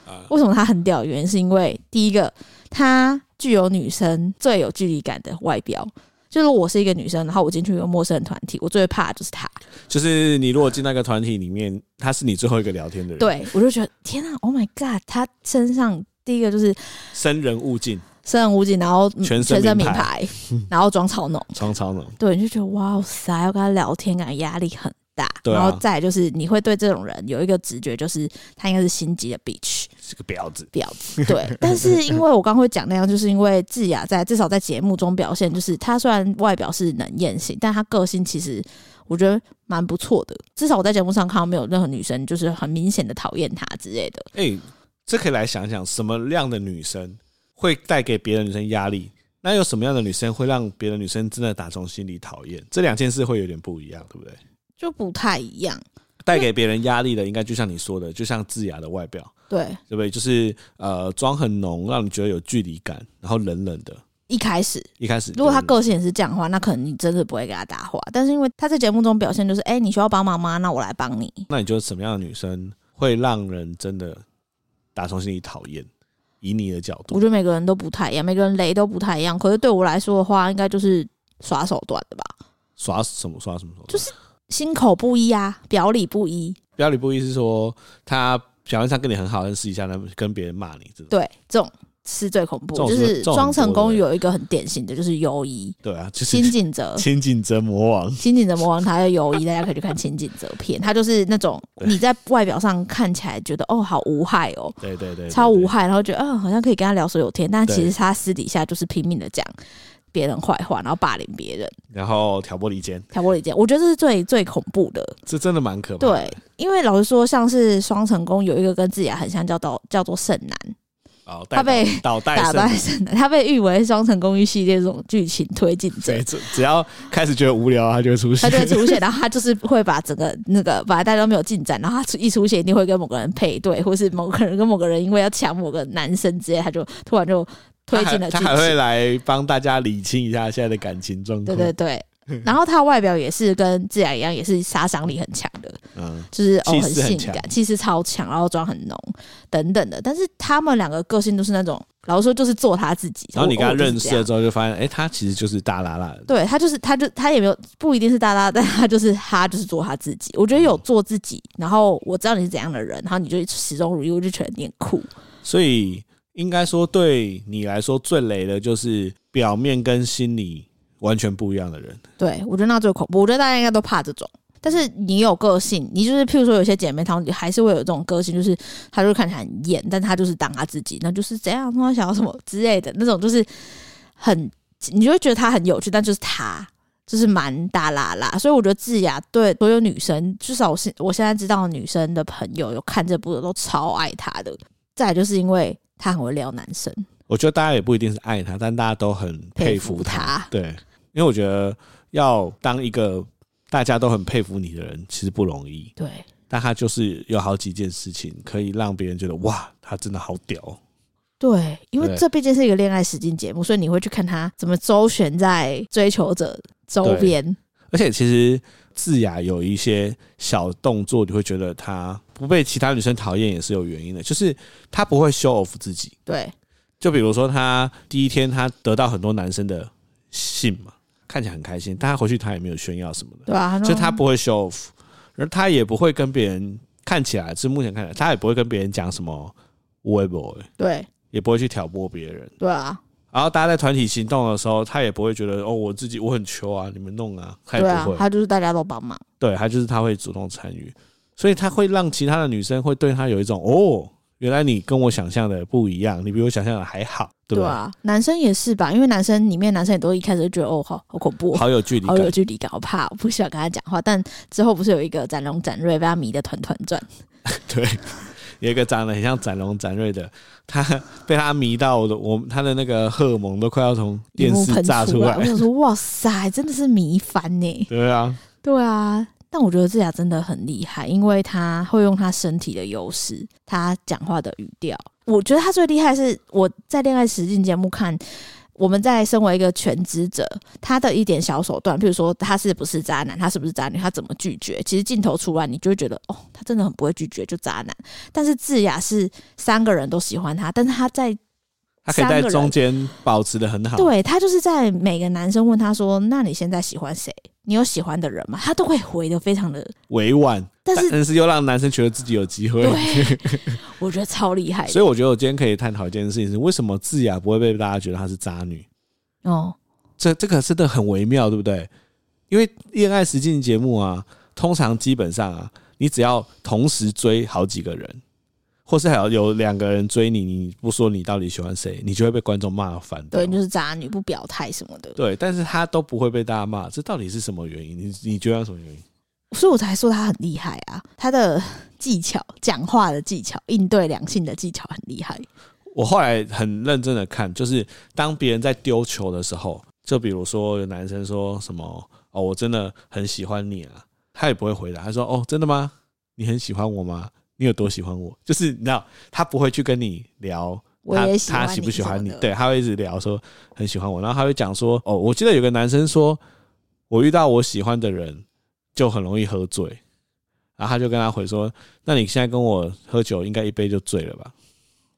Speaker 1: 啊
Speaker 2: 为什么他很屌？原因是因为第一个，他具有女生最有距离感的外表。就是我是一个女生，然后我进去一个陌生的团体，我最怕的就是他。
Speaker 1: 就是你如果进那个团体里面，他是你最后一个聊天的人，，
Speaker 2: 对我就觉得天啊，Oh my God！他身上第一个就是
Speaker 1: 生人勿近，
Speaker 2: 生人勿近，然后嗯
Speaker 1: 全身
Speaker 2: 全身名
Speaker 1: 名
Speaker 2: 牌，
Speaker 1: (laughs)
Speaker 2: 然后装超浓，
Speaker 1: 床超浓。
Speaker 2: 对，你就觉得哇塞，要跟他聊天，感觉压力很大。
Speaker 1: 对啊
Speaker 2: 然后再来就是你会对这种人有一个直觉，就是他应该是心机的 bitch。
Speaker 1: (laughs) 是个婊子。
Speaker 2: 婊子。对，但是因为我刚会讲那样，就是因为智雅在至少在节目中表现，就是她虽然外表是冷艳型，但她个性其实我觉得蛮不错的。至少我在节目上看到没有任何女生就是很明显的讨厌她之类的。
Speaker 1: 哎、这可以来想想，什么样的女生会带给别的女生压力？那有什么样的女生会让别的女生真的打从心里讨厌？这两件事会有点不一样，对不对？
Speaker 2: 就不太一样，
Speaker 1: 带给别人压力的，应该就像你说的，就像智雅的外表，
Speaker 2: 对，
Speaker 1: 对不对？就是呃，妆很浓，让你觉得有距离感，然后冷冷的。
Speaker 2: 一开始
Speaker 1: 一开始
Speaker 2: 如果他
Speaker 1: 就是
Speaker 2: 个性也是这样的话，那可能你真的不会给他搭话。但是因为他在节目中表现就是，哎、你需要帮忙吗？那我来帮你。
Speaker 1: 那你觉得什么样的女生会让人真的打从心里讨厌？以你的角
Speaker 2: 我
Speaker 1: 度，
Speaker 2: 觉得每个人都不太一样，每个人雷都不太一样。可是对我来说的话，应该就是耍手段的吧，
Speaker 1: 耍什么耍什么手段？
Speaker 2: 就是心口不一啊，表里不一。
Speaker 1: 表里不一，是说他表面上跟你很好，但私底下呢跟别人骂你，这种
Speaker 2: 对，这种是最恐怖。
Speaker 1: 这种
Speaker 2: 就是是
Speaker 1: 这种
Speaker 2: 庄成
Speaker 1: 很多
Speaker 2: 功
Speaker 1: 的
Speaker 2: 有一个很典型的，就是游移、
Speaker 1: 对啊，就是、
Speaker 2: 新井泽
Speaker 1: (laughs) 亲近真魔王。
Speaker 2: 新井泽魔王，他的游移，大家可以去看新井泽片。他就是那种
Speaker 1: 对
Speaker 2: 你在外表上看起来觉得哦，好无害哦，
Speaker 1: 对对对对
Speaker 2: 超
Speaker 1: 对
Speaker 2: 无害，然后觉得嗯、好像可以跟他聊所有天，但
Speaker 1: 对
Speaker 2: 其实他私底下就是拼命的讲别人坏话，然后霸凌别人，
Speaker 1: 然后挑拨离间，
Speaker 2: 挑拨离间。我觉得这是最最恐怖的。
Speaker 1: 这真的蛮可怕的。
Speaker 2: 对，因为老实说，像是双成功有一个跟自己很像，叫到叫做圣男，
Speaker 1: 哦，
Speaker 2: 他被
Speaker 1: 倒带
Speaker 2: 打败圣男，他被誉为双成功一系列这种剧情推进者
Speaker 1: 对，。只只要开始觉得无聊，他就会出
Speaker 2: 他
Speaker 1: 现
Speaker 2: 就。
Speaker 1: (laughs)
Speaker 2: 会出现，然后他就是会把整个那个，本来大家都没有进展，然后他一出现一定会跟某个人配对，或是某个人跟某个人因为要抢某个男生之类，他就突然就推进了剧
Speaker 1: 他还，
Speaker 2: 情。
Speaker 1: 他还会来帮大家理清一下现在的感情状
Speaker 2: 对
Speaker 1: 况。
Speaker 2: 对对。
Speaker 1: 嗯
Speaker 2: 然后他外表也是跟智雅一样，也是杀伤力很强的，
Speaker 1: 嗯，
Speaker 2: 就是哦
Speaker 1: 气势
Speaker 2: 很
Speaker 1: 很
Speaker 2: 性
Speaker 1: 强
Speaker 2: 感，气势超强，然后妆很浓等等的。但是他们两个个性都是那种，老实说就是做他自己。
Speaker 1: 然后你
Speaker 2: 我
Speaker 1: 跟他
Speaker 2: 我就是
Speaker 1: 认识
Speaker 2: 这
Speaker 1: 了
Speaker 2: 样
Speaker 1: 之后，就发现，哎、他其实就是大拉拉的。
Speaker 2: 对他就是他就他也没有不一定是大大，但他就是他就是做他自己。我觉得有做自己，然后我知道你是怎样的人，然后你就始终如一，我就觉得你很酷。
Speaker 1: 所以应该说，对你来说最雷的就是表面跟心里完全不一样的人。
Speaker 2: 对我觉得那最恐怖，我觉得大家应该都怕这种。但是你有个性，你就是譬如说有些姐妹她们还是会有这种个性，就是她就看起来很艳，但她就是当她自己，那就是怎样，她想要什么之类的那种，就是很你就会觉得她很有趣，但就是她就是蛮大啦啦。所以我觉得智雅对所有女生，至少我是我现在知道的女生的朋友有看这部的都超爱她的。再来就是因为她很会撩男生，
Speaker 1: 我觉得大家也不一定是爱他，但大家都很佩服
Speaker 2: 佩服他
Speaker 1: 对，因为我觉得要当一个大家都很佩服你的人，其实不容易。
Speaker 2: 对，
Speaker 1: 但他就是有好几件事情可以让别人觉得哇，他真的好屌哦。
Speaker 2: 对，因为
Speaker 1: 对
Speaker 2: 这毕竟是一个恋爱实境节目，所以你会去看他怎么周旋在追求者周边。
Speaker 1: 而且其实智雅有一些小动作，你会觉得她不被其他女生讨厌也是有原因的，就是她不会 show off 自己。
Speaker 2: 对
Speaker 1: 就比如说，她第一天她得到很多男生的信嘛，看起来很开心，但她回去她也没有炫耀什么的，
Speaker 2: 对啊，
Speaker 1: 就她不会 show off，而她也不会跟别人看起来，是目前看起来，她也不会跟别人讲什么 w e b
Speaker 2: 对
Speaker 1: 也不会去挑拨别人。
Speaker 2: 对啊，
Speaker 1: 然后大家在团体行动的时候，她也不会觉得哦，我自己我很穷啊，你们弄啊，她也
Speaker 2: 对
Speaker 1: 不
Speaker 2: 啊
Speaker 1: 会。，
Speaker 2: 他就是大家都帮忙。
Speaker 1: 对，他就是他会主动参与，所以他会让其他的女生会对他有一种哦，原来你跟我想象的不一样，你比我想象的还好，对不对？
Speaker 2: 啊，男生也是吧，因为男生里面男生也都一开始就觉得哦，好好恐怖哦、
Speaker 1: 好有距离
Speaker 2: 好
Speaker 1: 感
Speaker 2: 有，距离感，我怕，我不喜欢跟他讲话。但之后不是有一个展龙展瑞被他迷得团团转，
Speaker 1: (laughs) 对。有一个长得很像展龙展瑞的，他被他迷到我的，我他的那个荷尔蒙都快要从
Speaker 2: 荧
Speaker 1: 电
Speaker 2: 幕
Speaker 1: 视
Speaker 2: 喷
Speaker 1: 炸
Speaker 2: 出
Speaker 1: 出来 (laughs)
Speaker 2: 我。想说，哇塞，真的是迷翻呢、
Speaker 1: 对啊，
Speaker 2: 对啊，但我觉得智雅真的很厉害，因为她会用她身体的优势，她讲话的语调。我觉得她最厉害是我在恋爱实境节目看。我们在身为一个全职者，她的一点小手段，譬如说她是不是渣男，她是不是渣女，她怎么拒绝，其实镜头出来，你就会觉得哦，她真的很不会拒绝，就渣男。但是智雅是三个人都喜欢她，但是她在
Speaker 1: 他可以在中间保持的很好。
Speaker 2: 对他就是在每个男生问他说：“那你现在喜欢谁？你有喜欢的人吗？”他都会回的非常的，
Speaker 1: 委婉，
Speaker 2: 但是
Speaker 1: 但是又让男生觉得自己有机会。
Speaker 2: 对， (laughs) 我觉得超厉害的。
Speaker 1: 所以我觉得我今天可以探讨一件事情是，为什么智雅不会被大家觉得她是渣女？
Speaker 2: 哦，
Speaker 1: 这这个真的很微妙，对不对？因为恋爱实境节目啊，通常基本上啊，你只要同时追好几个人，或是还有有两个人追你，你不说你到底喜欢谁，你就会被观众骂烦掉。
Speaker 2: 对，就是渣女不表态什么的，
Speaker 1: 对，但是他都不会被大家骂，这到底是什么原因？你你觉得有什么原因？
Speaker 2: 所以我才说他很厉害啊。他的技巧、讲话的技巧、应对两性的技巧很厉害。
Speaker 1: 我后来很认真的看，就是当别人在丢球的时候，就比如说有男生说什么“哦，我真的很喜欢你啊”，他也不会回答，他说“哦，真的吗？你很喜欢我吗？你有多喜欢我？就是你知道，他不会去跟你聊
Speaker 2: 我
Speaker 1: 他
Speaker 2: 也喜欢
Speaker 1: 他喜不喜欢
Speaker 2: 你
Speaker 1: 你
Speaker 2: 什么，的
Speaker 1: 对，他会一直聊说很喜欢我，然后他会讲说，哦，我记得有个男生说，我遇到我喜欢的人就很容易喝醉，然后他就跟他回说，那你现在跟我喝酒，应该一杯就醉了吧？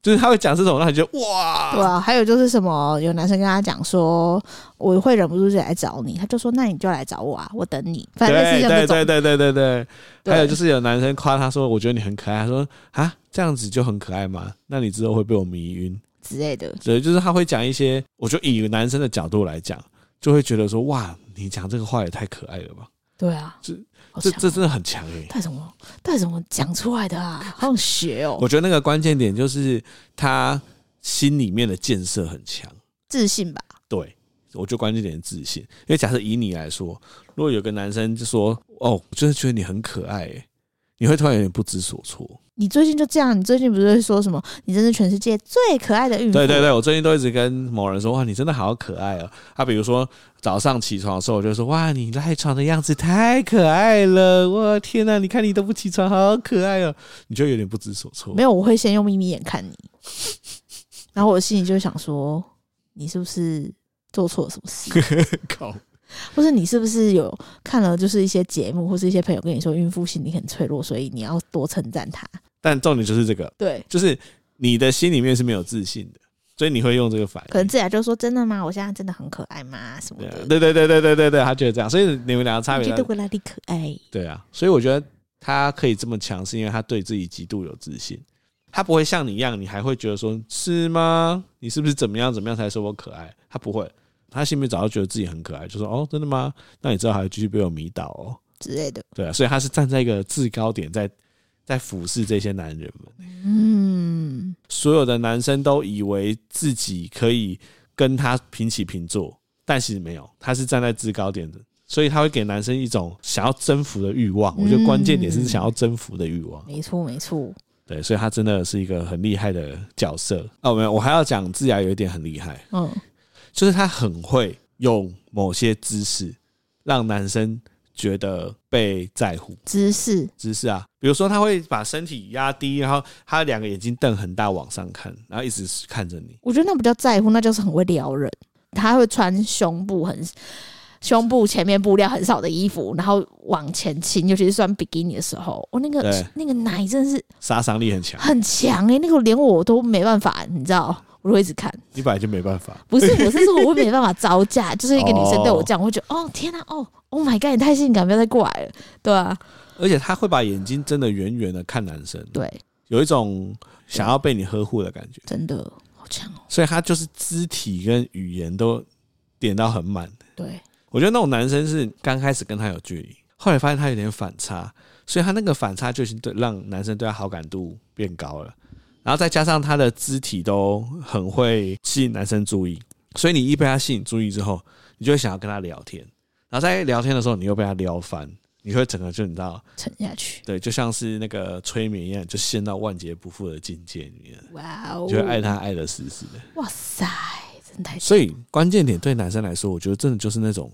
Speaker 1: 就是他会讲这种，让你觉得哇，
Speaker 2: 对啊，还有就是什么，有男生跟他讲说，我会忍不住就来找你，他就说那你就来找我啊，我等你，反正
Speaker 1: 对
Speaker 2: 是这
Speaker 1: 对
Speaker 2: 种。
Speaker 1: 对对对对对，
Speaker 2: 对
Speaker 1: 还有就是有男生夸他说，我觉得你很可爱，他说啊这样子就很可爱嘛，那你之后会被我迷晕。
Speaker 2: 之类的，
Speaker 1: 所以就是他会讲一些，我觉得以男生的角度来讲，就会觉得说，哇，你讲这个话也太可爱了吧，
Speaker 2: 对啊，
Speaker 1: 这
Speaker 2: 好
Speaker 1: 这
Speaker 2: 强
Speaker 1: 这真的很强欸诶、
Speaker 2: 带什么带什么讲出来的啊，好想学哦，
Speaker 1: 我觉得那个关键点就是他心里面的建设很强，
Speaker 2: 自信吧，
Speaker 1: 对。我觉得关键点是自信，因为假设以你来说，如果有个男生就说：“哦，我真的觉得你很可爱、欸。”你会突然有点不知所措。
Speaker 2: 你最近就这样，你最近不是说什么？你真是全世界最可爱的孕妇。
Speaker 1: 对对对，我最近都一直跟某人说：“哇，你真的好可爱哦、他比如说早上起床的时候，我就说：“哇，你赖床的样子太可爱了！”哇，天哪、你看你都不起床，好可爱哦、你就有点不知所措
Speaker 2: 没。有，我会先用眯眯眼看你， (laughs) 然后我心里就想说，你是不是做错了什么事，
Speaker 1: 靠，
Speaker 2: 或是你是不是有看了就是一些节目，或是一些朋友跟你说孕妇心理很脆弱，所以你要多称赞她。
Speaker 1: 但重点就是这个，
Speaker 2: 对，
Speaker 1: 就是你的心里面是没有自信的，所以你会用这个反
Speaker 2: 可能
Speaker 1: 应。
Speaker 2: 自己就说真的吗？我现在真的很可爱吗？什么的，
Speaker 1: 对啊对对对对对对，他觉得这样，所以你们两个差
Speaker 2: 你
Speaker 1: 别
Speaker 2: 觉
Speaker 1: 在
Speaker 2: 得我哪里可爱？
Speaker 1: 对啊，所以我觉得他可以这么强，是因为他对自己极度有自信。他不会像你一样，你还会觉得说是吗？你是不是怎么样怎么样才说我可爱？他不会，他心里面早就觉得自己很可爱，就说哦，真的吗？那你之后还会继续被我迷倒哦，
Speaker 2: 之类的，
Speaker 1: 对啊，所以他是站在一个制高点在在俯视这些男人们。
Speaker 2: 嗯，
Speaker 1: 所有的男生都以为自己可以跟他平起平坐，但其实没有，他是站在制高点的，所以他会给男生一种想要征服的欲望。
Speaker 2: 嗯
Speaker 1: 我觉得关键点是想要征服的欲望。
Speaker 2: 没错没错，
Speaker 1: 对，所以他真的是一个很厉害的角色。哦，没有，我还要讲智雅有一点很厉害，
Speaker 2: 嗯，
Speaker 1: 就是他很会用某些姿势让男生觉得被在乎。
Speaker 2: 姿势
Speaker 1: 姿势啊，比如说他会把身体压低，然后他两个眼睛瞪很大往上看，然后一直看着你。
Speaker 2: 我觉得那不叫在乎，那就是很会撩人。他会穿胸部很胸部前面布料很少的衣服，然后往前倾，尤其是穿比基尼的时候，哦我、那个
Speaker 1: 对
Speaker 2: 那个奶真的是
Speaker 1: 杀伤力很
Speaker 2: (laughs)
Speaker 1: 强，
Speaker 2: 很强欸诶、那个连我都没办法，你知道，我就会一直看。
Speaker 1: 你本来就没办法。
Speaker 2: 不是，
Speaker 1: (laughs)
Speaker 2: 我是说我会没办法招架，就是一个女生对我这样，我会觉得哦天啊，哦 Oh my god，你太性感，不要再过来了，对啊，
Speaker 1: 而且他会把眼睛睁得圆圆的看男生，
Speaker 2: 对，
Speaker 1: 有一种想要被你呵护的感觉，
Speaker 2: 真的好强哦，
Speaker 1: 所以他就是肢体跟语言都点到很满。
Speaker 2: 对，
Speaker 1: 我觉得那种男生是刚开始跟他有距离，后来发现他有点反差，所以他那个反差就已经对让男生对他好感度变高了，然后再加上他的肢体都很会吸引男生注意，所以你一被他吸引注意之后，你就会想要跟他聊天，然后在聊天的时候，你又被他撩翻，你会整个就你知道。
Speaker 2: 沉下去，
Speaker 1: 对，就像是那个催眠一样，就陷到万劫不复的境界里面，
Speaker 2: 哇哦，
Speaker 1: 就会爱他爱的死死的。
Speaker 2: 哇塞，真太
Speaker 1: 所以关键点对男生来说，我觉得真的就是那种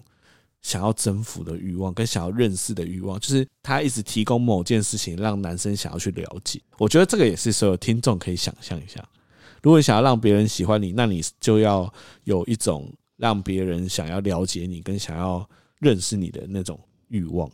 Speaker 1: 想要征服的欲望，跟想要认识的欲望，就是他一直提供某件事情让男生想要去了解。我觉得这个也是所有听众可以想象一下，如果你想要让别人喜欢你，那你就要有一种让别人想要了解你跟想要认识你的那种欲望。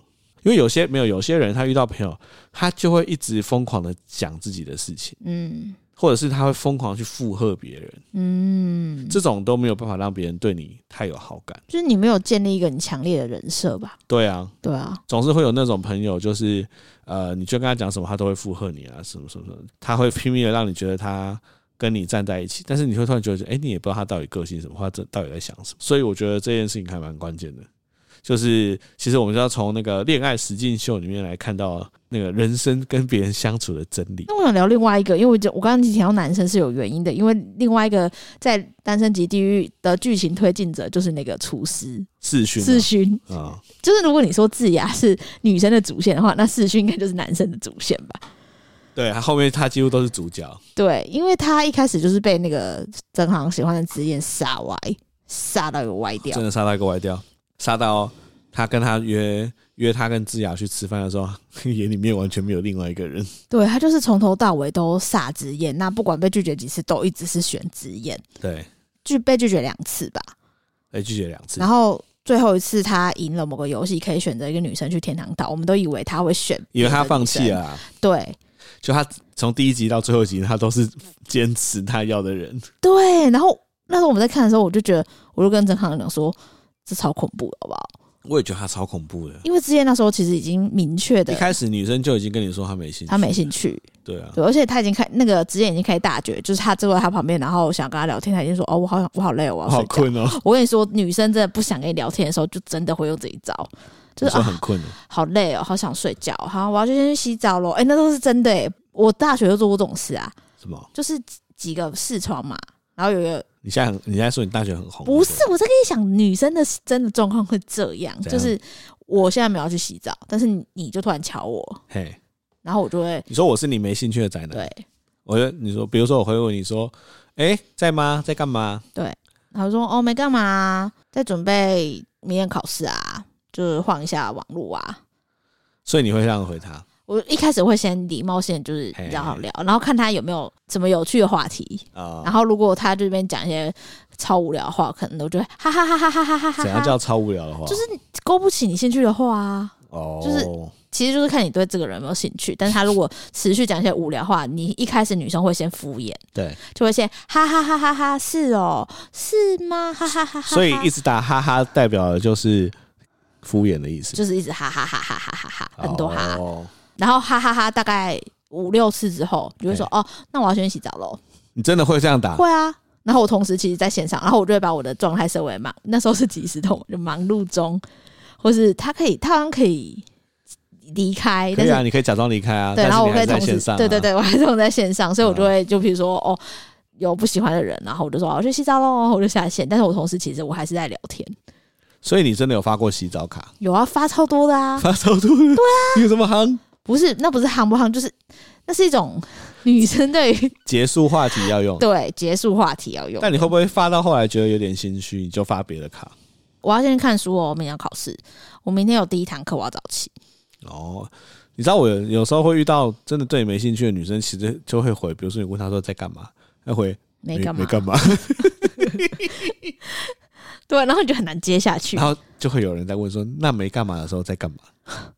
Speaker 1: 因为有些没有，有些人他遇到朋友，他就会一直疯狂的讲自己的事情，
Speaker 2: 嗯
Speaker 1: 或者是他会疯狂地去附和别人。
Speaker 2: 嗯，
Speaker 1: 这种都没有办法让别人对你太有好感。
Speaker 2: 就是你没有建立一个很强烈的人设吧？
Speaker 1: 对啊，
Speaker 2: 对啊，
Speaker 1: 总是会有那种朋友，就是呃，你就跟他讲什么，他都会附和你啊，什么什么什么，他会拼命的让你觉得他跟你站在一起，但是你会突然觉得，哎、你也不知道他到底个性是什么，或者到底在想什么。所以我觉得这件事情还蛮关键的，就是其实我们就要从那个恋爱实境秀里面来看到那个人生跟别人相处的真理。
Speaker 2: 那我想聊另外一个，因为我觉得我刚刚提到男生是有原因的，因为另外一个在《单身级地狱》的剧情推进者就是那个厨师
Speaker 1: 视讯
Speaker 2: 世勋，
Speaker 1: 啊、嗯
Speaker 2: 就是如果你说智雅是女生的主线的话，那世勋应该就是男生的主线吧？
Speaker 1: 对，他后面他几乎都是主角，
Speaker 2: 对，因为他一开始就是被那个曾航喜欢的紫燕杀歪，杀到有歪掉
Speaker 1: 真，的杀到一个歪掉，杀到他跟他约约他跟智雅去吃饭的时候， (laughs) 眼里面完全没有另外一个人。
Speaker 2: 对他就是从头到尾都撒直言，那不管被拒绝几次，都一直是选直言，
Speaker 1: 对，
Speaker 2: 拒被拒绝两次吧。
Speaker 1: 被拒绝两次
Speaker 2: 然。后最后一次他赢了某个游戏，可以选择一个女生去天堂岛，我们都以为他会选，
Speaker 1: 以为他放弃。了啊，
Speaker 2: 对
Speaker 1: 就他从第一集到最后一集，他都是坚持他要的人。
Speaker 2: 对，然后那时候我们在看的时候，我就觉得，我就跟郑康讲说，这超恐怖的，好不好？
Speaker 1: 我也觉得他超恐怖的。
Speaker 2: 因为之前那时候其实已经明确
Speaker 1: 一
Speaker 2: 的。
Speaker 1: 开始女生就已经跟你说她没兴趣，
Speaker 2: 他没兴趣，
Speaker 1: 对啊，
Speaker 2: 对，而且他已经开那个职业已经开始大绝，就是他坐在他旁边，然后想跟他聊天，他已经说：“哦，我好想，我好累哦，
Speaker 1: 我
Speaker 2: 我要睡
Speaker 1: 好
Speaker 2: 觉。”
Speaker 1: 困哦， (laughs)
Speaker 2: 我跟你说，女生真的不想跟你聊天的时候，就真的会用这一招，就
Speaker 1: 我
Speaker 2: 是
Speaker 1: 说
Speaker 2: 啊，
Speaker 1: 很困哦，
Speaker 2: 好累哦，好想睡觉，好，我要去先去洗澡喽。哎、那都是真的、欸，我大学就做过这种事啊，
Speaker 1: 什么？
Speaker 2: 就是几几个视窗嘛，然后有一个
Speaker 1: 你现在很你现在说你大学很红，
Speaker 2: 不是，我在跟你讲，女生的真的状况会这样，
Speaker 1: 怎样
Speaker 2: 就是我现在没有要去洗澡，但是你你就突然瞧我，
Speaker 1: 嘿，
Speaker 2: 然后我就会
Speaker 1: 你说我是你没兴趣的宅男，
Speaker 2: 对，
Speaker 1: 我觉得你说，比如说我会问你说，哎，在吗？在干嘛？
Speaker 2: 然后说哦没干嘛啊，在准备明天考试啊，就是晃一下网络啊，
Speaker 1: 所以你会这样回他，
Speaker 2: 我一开始会先礼貌性就是
Speaker 1: 嘿
Speaker 2: 比较好聊，然后看他有没有什么有趣的话题。
Speaker 1: 啊
Speaker 2: 然？后如果他这边讲一些超无聊的话，可能我就会哈哈哈哈哈哈哈哈
Speaker 1: 怎样
Speaker 2: 哈，
Speaker 1: 叫超无聊的话？
Speaker 2: 就是勾不起你兴趣的话啊。
Speaker 1: 哦，
Speaker 2: 就是其实就是看你对这个人有没有兴趣，但是他如果持续讲一些无聊话，你一开始女生会先敷衍，
Speaker 1: 对，
Speaker 2: 就会先哈哈哈哈哈，是哦，是吗？哈哈哈哈哈，
Speaker 1: 所以一直打哈哈代表的就是敷衍的意思，
Speaker 2: 就是一直哈哈哈哈哈哈哈，很多哈，
Speaker 1: 哦
Speaker 2: 然后哈哈哈大概五六次之后，你就会
Speaker 1: 哎
Speaker 2: 说哦，那我要先洗澡喽。
Speaker 1: 你真的会这样打？
Speaker 2: 会啊。然后我同时其实在线上，然后我就会把我的状态设为忙，那时候是即时通，就忙碌中，或是他可以，他好像可以离开，
Speaker 1: 可
Speaker 2: 但
Speaker 1: 以
Speaker 2: 是、
Speaker 1: 啊，你可以假装离开啊，
Speaker 2: 对，
Speaker 1: 但
Speaker 2: 然
Speaker 1: 是
Speaker 2: 后
Speaker 1: 你
Speaker 2: 我可
Speaker 1: 还
Speaker 2: 以
Speaker 1: 是在
Speaker 2: 同
Speaker 1: 线
Speaker 2: 时，
Speaker 1: 上啊，嗯
Speaker 2: 对对对，我还是同时在线上，所以我就会就比如说哦，有不喜欢的人，然后我就说哦我去洗澡喽，我就下线，但是我同时其实我还是在聊天，
Speaker 1: 所以你真的有发过洗澡卡？
Speaker 2: 有啊，发超多的
Speaker 1: (laughs)
Speaker 2: 啊，
Speaker 1: 发超多的，对啊，你有这么夯？
Speaker 2: 不是那不是夯不夯，就是那是一种女生对于 (laughs)
Speaker 1: 结束话题要用，
Speaker 2: 对结束话题要用，
Speaker 1: 但你会不会发到后来觉得有点心虚，你就发别的卡？
Speaker 2: 我要先去看书哦，我明天要考试，我明天有第一堂课，我要早起。
Speaker 1: 哦，你知道我有有时候会遇到真的对你没兴趣的女生，其实就会回，比如说你问她说在干嘛，她回
Speaker 2: 没干嘛，
Speaker 1: 没干嘛，
Speaker 2: 对，啊然后你就很难接下去
Speaker 1: 然。后就会有人在问说那没干嘛的时候在干嘛，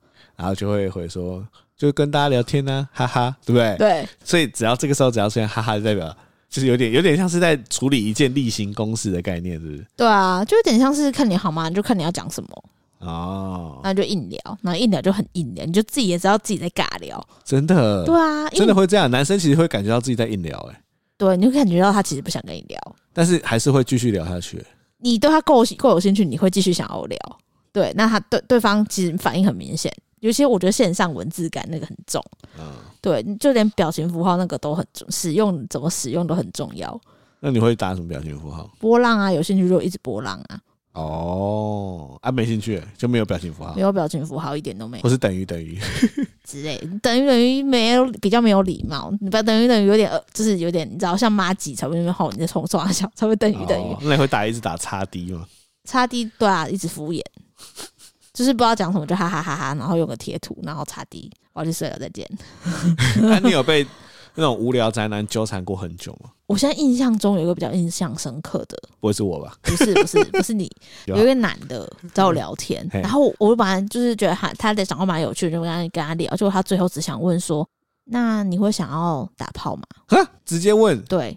Speaker 1: (laughs) 然后就会回说就跟大家聊天呢、哈哈，对不对？
Speaker 2: 对，
Speaker 1: 所以只要这个时候只要出现哈哈，就代表就是有点有点像是在处理一件例行公事的概念，是不是？
Speaker 2: 对啊，就有点像是看你好吗，你就看你要讲什么，
Speaker 1: 哦，
Speaker 2: 那就硬聊，然后硬聊就很硬聊，你就自己也知道自己在尬聊。
Speaker 1: 真的，
Speaker 2: 对啊，
Speaker 1: 嗯真
Speaker 2: 因为
Speaker 1: 的会这样，男生其实会感觉到自己在硬聊、欸，
Speaker 2: 对，你会感觉到他其实不想跟你聊，
Speaker 1: 但是还是会继续聊下去。欸
Speaker 2: 你对他够够有兴趣，你会继续想要聊。对，那他对对方其实反应很明显，尤其我觉得线上文字感那个很重，
Speaker 1: 嗯，
Speaker 2: 对，你就连表情符号那个都很重，使用怎么使用都很重要。
Speaker 1: 那你会打什么表情符号？
Speaker 2: 波浪啊，有兴趣就一直波浪啊，
Speaker 1: 哦，啊，没兴趣就没有表情符号
Speaker 2: 没，有表情符号一点都没有
Speaker 1: 或。是等于等于，
Speaker 2: 之类的，等于等于没有比较没有礼貌，你不要等于等于有点呃，就是有点你知道像妈吉才会那边吼你的冲撞小才会等于等于
Speaker 1: 哦那你会打一直打叉 D 吗？
Speaker 2: 差低对啊，一直敷衍，就是不知道讲什么就哈哈哈哈，然后用个贴图，然后差低，我要去睡了再见。
Speaker 1: (laughs) 那、你有被那种无聊宅男纠缠过很久吗？
Speaker 2: 我现在印象中有一个比较印象深刻的，
Speaker 1: 不会是我吧？
Speaker 2: 不是不 (laughs) 是不是你，
Speaker 1: 有
Speaker 2: 有
Speaker 1: 啊
Speaker 2: 一个男的找我聊天，
Speaker 1: 嘿
Speaker 2: 然后我就本来就是觉得他他的讲话蛮有趣，就跟他跟他聊，结果他最后只想问说，那你会想要打炮吗？
Speaker 1: 哈，直接问
Speaker 2: 对，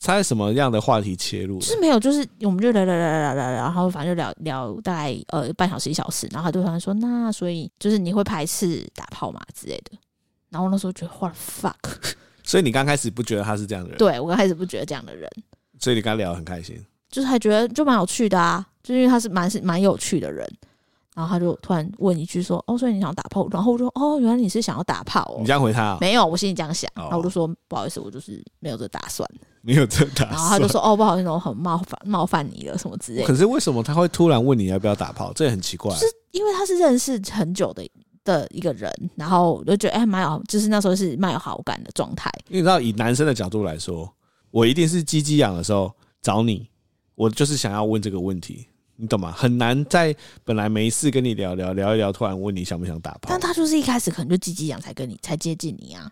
Speaker 1: 他什么样的话题切入
Speaker 2: 就？是没有，就是我们就聊聊聊聊聊聊，然后反正就聊聊大概呃半小时一小时，然后他就突然说，那所以就是你会排斥打炮吗之类的。然后我那时候觉得 what the fuck，
Speaker 1: 所以你刚开始不觉得他是这样的人，，
Speaker 2: 对我刚开始不觉得这样的人，
Speaker 1: 所以你跟他聊得很开心。
Speaker 2: 就是还觉得就蛮有趣的啊，就是因为他是蛮是蛮有趣的人。然后他就突然问一句说，哦，所以你想打炮？然后我就哦，原来你是想要打炮哦
Speaker 1: 你这。样回他、哦，
Speaker 2: (laughs) 没有，我心里这样想，
Speaker 1: 哦
Speaker 2: 然后我就说不好意思，我就是没有这打算。
Speaker 1: 没有这打算。
Speaker 2: 然后他就说哦，不好意思，我很冒犯冒犯你了什么之类的
Speaker 1: 可。是为什么他会突然问你要不要打炮？这也很奇怪。啊
Speaker 2: 因为他是认识很久的的一个人，然后我就觉得哎，蛮、有，就是那时候是蛮有好感的状态。
Speaker 1: 因为你知道，以男生的角度来说，我一定是鸡鸡痒的时候找你，我就是想要问这个问题，你懂吗？很难在本来没事跟你聊聊聊一聊，突然问你想不想打炮
Speaker 2: 但。他就是一开始可能就积极讲才跟你才接近你啊，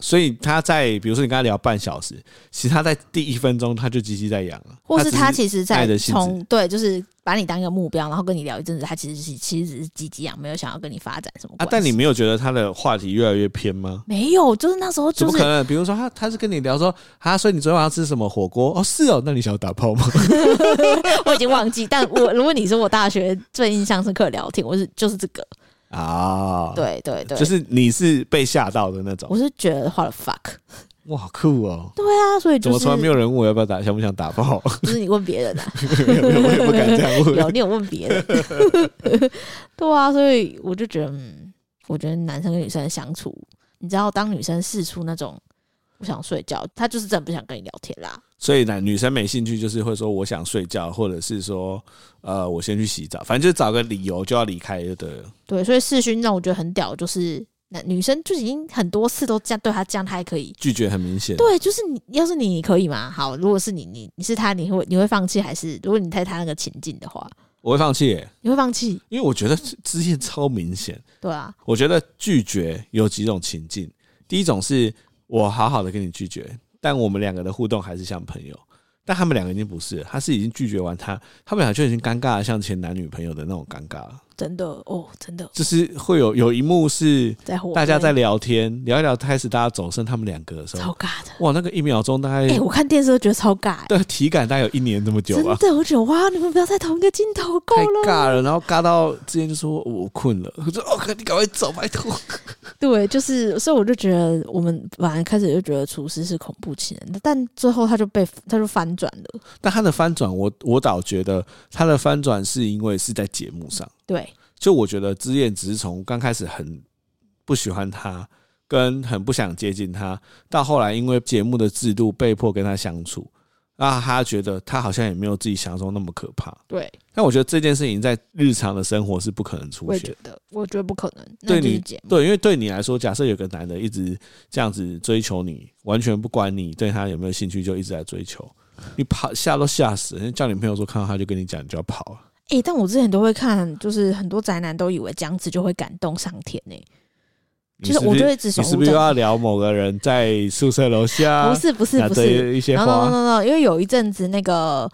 Speaker 1: 所以他在比如说你跟他聊半小时，其实他在第一分钟他就积极在养了，
Speaker 2: 或是
Speaker 1: 只
Speaker 2: 他其实
Speaker 1: 耐
Speaker 2: 在
Speaker 1: 得性子
Speaker 2: 从对，就是把你当一个目标，然后跟你聊一阵子，他其实是其实只是积极啊，没有想要跟你发展什么
Speaker 1: 啊
Speaker 2: 关，系。
Speaker 1: 但你没有觉得他的话题越来越偏吗？
Speaker 2: 没有，就是那时候
Speaker 1: 怎
Speaker 2: 就
Speaker 1: 么可
Speaker 2: 是
Speaker 1: 能？比如说他他是跟你聊说啊，所以你昨天晚上吃什么火锅？哦，是哦，那你想要打炮
Speaker 2: (laughs)
Speaker 1: 吗？
Speaker 2: (laughs) 我已经忘记，但我如果你是我大学最印象深刻的聊天，我是就是这个，
Speaker 1: 啊，，
Speaker 2: 对对对，
Speaker 1: 就是你是被吓到的那种
Speaker 2: 我，是觉得画
Speaker 1: (laughs)
Speaker 2: 了 fuck，
Speaker 1: 哇，好酷哦！
Speaker 2: 对啊，所以
Speaker 1: 怎
Speaker 2: 就
Speaker 1: 么
Speaker 2: 是
Speaker 1: 从来没有人问我要不要打，想不想打
Speaker 2: (laughs)
Speaker 1: 炮？
Speaker 2: 就是你问别人啊，
Speaker 1: 没有，没有，我也不敢这样
Speaker 2: 有
Speaker 1: 问。
Speaker 2: 你有问别人，
Speaker 1: (laughs)
Speaker 2: 对啊，所以我就觉得，嗯，我觉得男生跟女生相处，你知道，当女生试出那种不想睡觉，她就是真的不想跟你聊天啦。
Speaker 1: 所以呢，女生没兴趣就是会说我想睡觉，或者是说呃我先去洗澡，反正就找个理由就要离开就对了。
Speaker 2: 对，所以世勋让我觉得很屌，就是那女生就已经很多次都这样对他，这样他还可以。
Speaker 1: 拒绝很明显，
Speaker 2: 对，就是你，要是你，你可以吗？好，如果是你，你你是他，你会你会放弃，还是如果你在他那个情境的话，
Speaker 1: 我会放弃耶，
Speaker 2: 你会放弃？
Speaker 1: 因为我觉得之前超明显。
Speaker 2: 对啊，
Speaker 1: 我觉得拒绝有几种情境，第一种是我好好的跟你拒绝，但我们两个的互动还是像朋友。但他们两个已经不是了，他是已经拒绝完他，他们俩就已经尴尬的像前男女朋友的那种尴尬了。
Speaker 2: 真的哦，真的
Speaker 1: 就是会有有一幕是
Speaker 2: 在乎我
Speaker 1: 大家在
Speaker 2: 真的
Speaker 1: 聊天聊一聊，开始大家走剩他们两个的时
Speaker 2: 超
Speaker 1: 候，
Speaker 2: 尬的。
Speaker 1: 哇，那个一秒钟大概
Speaker 2: 哎、我看电视都觉得超尬、欸。
Speaker 1: 的体感大概有一年这么久吧，
Speaker 2: 真的，我觉得哇，你们不要在同一个镜头够
Speaker 1: 啊太
Speaker 2: 了。
Speaker 1: 尬了。然后尬到之前就说我困了，我说哦，你赶快走，拜托。
Speaker 2: 对，就是，所以我就觉得我们本来开始就觉得厨师是恐怖情人，但最后他就被他就翻转了。
Speaker 1: 但他的翻转，我我倒觉得他的翻转是因为是在节目上，
Speaker 2: 对，
Speaker 1: 就我觉得之燕只是从刚开始很不喜欢他，跟很不想接近他，到后来因为节目的制度被迫跟他相处，那他觉得他好像也没有自己想象中那么可怕。
Speaker 2: 对，
Speaker 1: 但我觉得这件事情在日常的生活是不可能出
Speaker 2: 我也
Speaker 1: 现
Speaker 2: 觉得，我觉得不可能。那
Speaker 1: 对
Speaker 2: 就是
Speaker 1: 你
Speaker 2: 节目，
Speaker 1: 对，因为对你来说，假设有个男的一直这样子追求你，完全不管你对他有没有兴趣，就一直在追求，你跑吓都吓死了。人家叫你朋友说看到他就跟你讲，你就要跑啊。
Speaker 2: 哎、但我之前都会看，就是很多宅男都以为这样子就会感动上天欸
Speaker 1: 你
Speaker 2: 呢、就是
Speaker 1: 不
Speaker 2: 我就会只手
Speaker 1: 你是
Speaker 2: 舞
Speaker 1: 不是又
Speaker 2: 足蹈。
Speaker 1: 要聊某个人在宿舍楼下？
Speaker 2: 不是不是
Speaker 1: 拿
Speaker 2: 不是，
Speaker 1: 着一些
Speaker 2: 然后 no
Speaker 1: 花，
Speaker 2: no no，因为有一阵子那个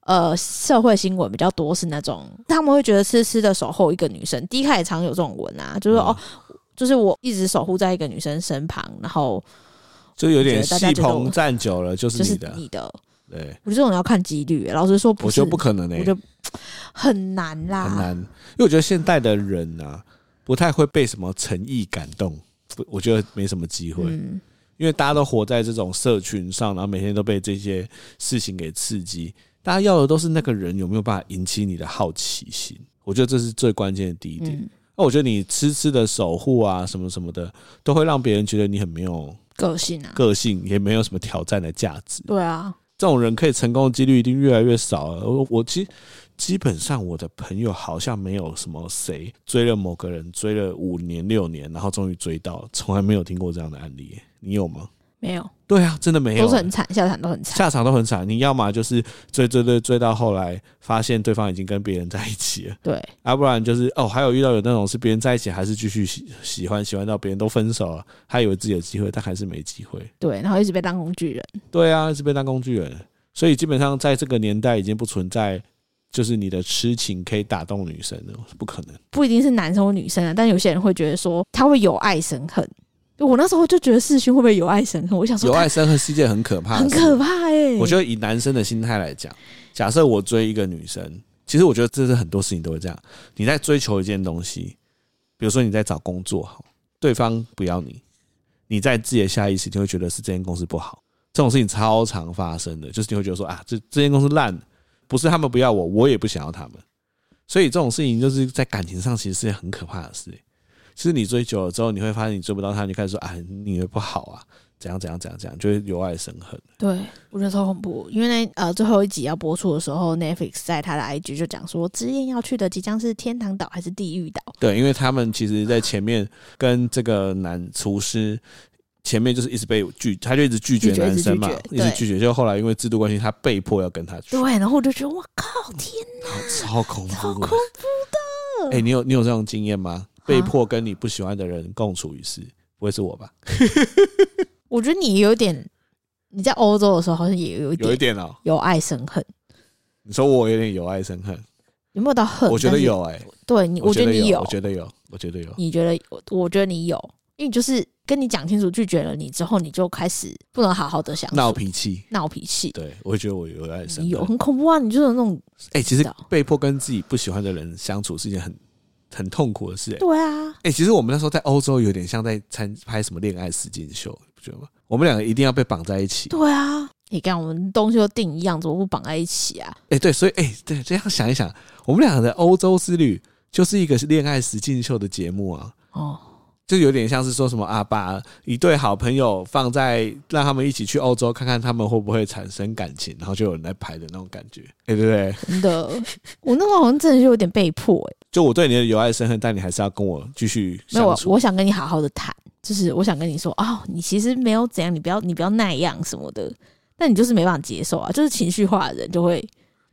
Speaker 2: 呃社会新闻比较多是那种他们会觉得痴痴的守候一个女生，第一开始常有这种文啊，就是、
Speaker 1: 嗯
Speaker 2: 哦，就是我一直守护在一个女生身旁，然后
Speaker 1: 就有点
Speaker 2: 我觉得大
Speaker 1: 戏
Speaker 2: 家觉得我
Speaker 1: 棚站久了就是
Speaker 2: 就是
Speaker 1: 你的。
Speaker 2: 你的，
Speaker 1: 对，
Speaker 2: 我觉得这种要看几率、老实说不
Speaker 1: 我
Speaker 2: 是，
Speaker 1: 觉得不可能欸
Speaker 2: 我
Speaker 1: 诶、
Speaker 2: 觉得很难啦，
Speaker 1: 很难，因为我觉得现代的人啊，不太会被什么诚意感动，不我觉得没什么机会。
Speaker 2: 嗯，
Speaker 1: 因为大家都活在这种社群上，然后每天都被这些事情给刺激，大家要的都是那个人有没有办法引起你的好奇心。我觉得这是最关键的第一点。
Speaker 2: 嗯，
Speaker 1: 那、我觉得你痴痴的守护啊，什么什么的，都会让别人觉得你很没有
Speaker 2: 个性啊，
Speaker 1: 个性，也没有什么挑战的价值。
Speaker 2: 对啊，
Speaker 1: 这种人可以成功的几率一定越来越少了。我我基基本上我的朋友好像没有什么谁追了某个人追了五年六年，然后终于追到，从来没有听过这样的案例。你有吗？
Speaker 2: 没有，
Speaker 1: 对啊，真的没有
Speaker 2: 都是，很惨，下场都很惨，
Speaker 1: 下场都很惨。你要么就是追追追追到后来，发现对方已经跟别人在一起了， (laughs)
Speaker 2: 对，
Speaker 1: 要、不然就是哦，还有遇到有那种是别人在一起，还是继续喜喜欢，喜欢到别人都分手了，他以为自己有机会，但还是没机会。
Speaker 2: 对，然后一直被当工具人，
Speaker 1: 对啊，是被当工具人。所以基本上在这个年代已经不存在，就是你的痴情可以打动女生了，不可能。
Speaker 2: 不一定是男生或女生啊，但有些人会觉得说他会有爱生恨。我那时候就觉得世勋会不会有爱生恨？我想说
Speaker 1: 有
Speaker 2: 他
Speaker 1: 爱生恨是一件很可怕的
Speaker 2: 很
Speaker 1: 事，
Speaker 2: 可怕哎、
Speaker 1: 我觉
Speaker 2: 得
Speaker 1: 得以男生的心态来讲，假设我追一个女生，其实我觉得这是很多事情都会这样。你在追求一件东西，比如说你在找工作好，对方不要你，你在自己的下意识就会觉得是这间公司不好。这种事情超常发生的，就是你会觉得说啊，这这间公司烂，不是他们不要我，我也不想要他们。所以这种事情就是在感情上其实是很可怕的事。就是你追久了之后，你会发现你追不到他，你就开始说啊，你也不好啊，怎样怎样怎样怎样，就会由爱生恨。
Speaker 2: 对，我觉得超恐怖。因为那呃最后一集要播出的时候，Netflix 在他的 IG 就讲说，之燕要去的即将是天堂岛还是地狱岛？
Speaker 1: 对，因为他们其实在前面跟这个男厨师前面就是一直被拒，他就一直拒绝
Speaker 2: 拒绝
Speaker 1: 男生嘛，
Speaker 2: 一直拒
Speaker 1: 一
Speaker 2: 绝
Speaker 1: 直
Speaker 2: 对
Speaker 1: 拒绝。就后来因为制度关系，他被迫要跟他去，
Speaker 2: 对，然后我就觉得哇靠，天哪，
Speaker 1: 超恐怖，
Speaker 2: 好恐啊怖！
Speaker 1: 哎、你有你有这种经验吗？被迫跟你不喜欢的人共处一室，不会是我吧？
Speaker 2: 我觉得你有点，你在欧洲的时候好像也有一
Speaker 1: 有一
Speaker 2: 点
Speaker 1: 点哦、
Speaker 2: 有爱生恨，
Speaker 1: 你说我有点有爱生恨，
Speaker 2: 有没有到恨？
Speaker 1: 我觉得
Speaker 2: 呃但是，
Speaker 1: 有哎、
Speaker 2: 对你，
Speaker 1: 觉
Speaker 2: 觉得
Speaker 1: 有，
Speaker 2: 你
Speaker 1: 我觉得有，我觉得有。
Speaker 2: 你觉得我我觉得你有，因为就是跟你讲清楚拒绝了你之后，你就开始不能好好的相处，
Speaker 1: 闹脾气，
Speaker 2: 闹脾气，
Speaker 1: 对我觉得我有爱生
Speaker 2: 你有
Speaker 1: 恨。
Speaker 2: 很恐怖啊！你就是那种
Speaker 1: 哎、其实
Speaker 2: 知道
Speaker 1: 被迫跟自己不喜欢的人相处是一件很很痛苦的事、哎。
Speaker 2: 对啊，
Speaker 1: 哎、其实我们那时候在欧洲有点像在参拍什么恋爱实境秀，你不觉得吗？我们两个一定要被绑在一起。
Speaker 2: 对啊。你看，我们东西都定一样，怎么不绑在一起啊？
Speaker 1: 哎、对，所以哎、对，这样想一想，我们两个的欧洲之旅就是一个恋爱实境秀的节目啊。
Speaker 2: 哦，
Speaker 1: 就有点像是说什么啊，把一对好朋友放在让他们一起去欧洲，看看他们会不会产生感情，然后就有人来排的那种感觉，哎、对不对？
Speaker 2: 真的， (laughs) 我那时候好像真的是有点被迫哎、
Speaker 1: 就我对你的有爱生恨，但你还是要跟我继续
Speaker 2: 没有，
Speaker 1: 相
Speaker 2: 我
Speaker 1: 处。
Speaker 2: 我想跟你好好的谈，就是我想跟你说，哦，你其实没有怎样，你不要你不要那样什么的，但你就是没办法接受啊，就是情绪化的人就会，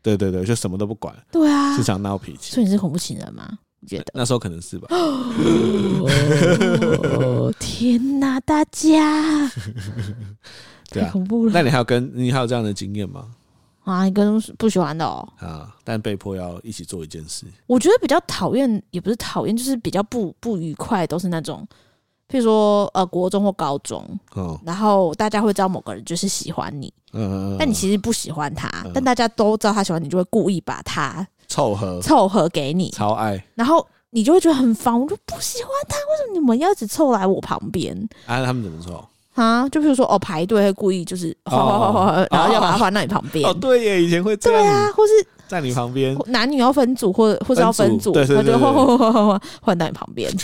Speaker 1: 对对对，就什么都不管，
Speaker 2: 对啊
Speaker 1: 经，常闹脾气。
Speaker 2: 所以你是啊恐怖情人吗？你觉得？
Speaker 1: 那时候可能是吧，
Speaker 2: 哦、天哪，大家
Speaker 1: (laughs) 对
Speaker 2: 太
Speaker 1: 啊。
Speaker 2: 恐怖 (laughs) 了
Speaker 1: 那你还有跟你还有这样的经验吗？
Speaker 2: 啊！你跟不喜欢的哦，
Speaker 1: 啊，但被迫要一起做一件事，
Speaker 2: 我觉得比较讨厌，也不是讨厌，就是比较不不愉快，都是那种，譬如说呃，国中或高中，
Speaker 1: 嗯
Speaker 2: 然后大家会知道某个人就是喜欢你，
Speaker 1: 嗯嗯，
Speaker 2: 但你其实不喜欢他，
Speaker 1: 嗯
Speaker 2: 但大家都知道他喜欢你，就会故意把他
Speaker 1: 凑合
Speaker 2: 凑合给你，
Speaker 1: 超爱
Speaker 2: 然后你就会觉得很烦，我就不喜欢他，为什么你们要一直凑来我旁边
Speaker 1: 啊，他们怎么说？
Speaker 2: 啊？就比如说哦，排队会故意就是
Speaker 1: 哦
Speaker 2: 哗哗哗哗哗，然后要把
Speaker 1: 哦
Speaker 2: 他放到你旁边。
Speaker 1: 哦，对嗯耶，以前会这
Speaker 2: 对
Speaker 1: 样，
Speaker 2: 啊，或是
Speaker 1: 在你旁边，
Speaker 2: 男女要分组，或或者要分组，
Speaker 1: 分
Speaker 2: 他
Speaker 1: 组对对
Speaker 2: 就
Speaker 1: 对
Speaker 2: 哗哗哗哗哗换到你旁边
Speaker 1: (laughs)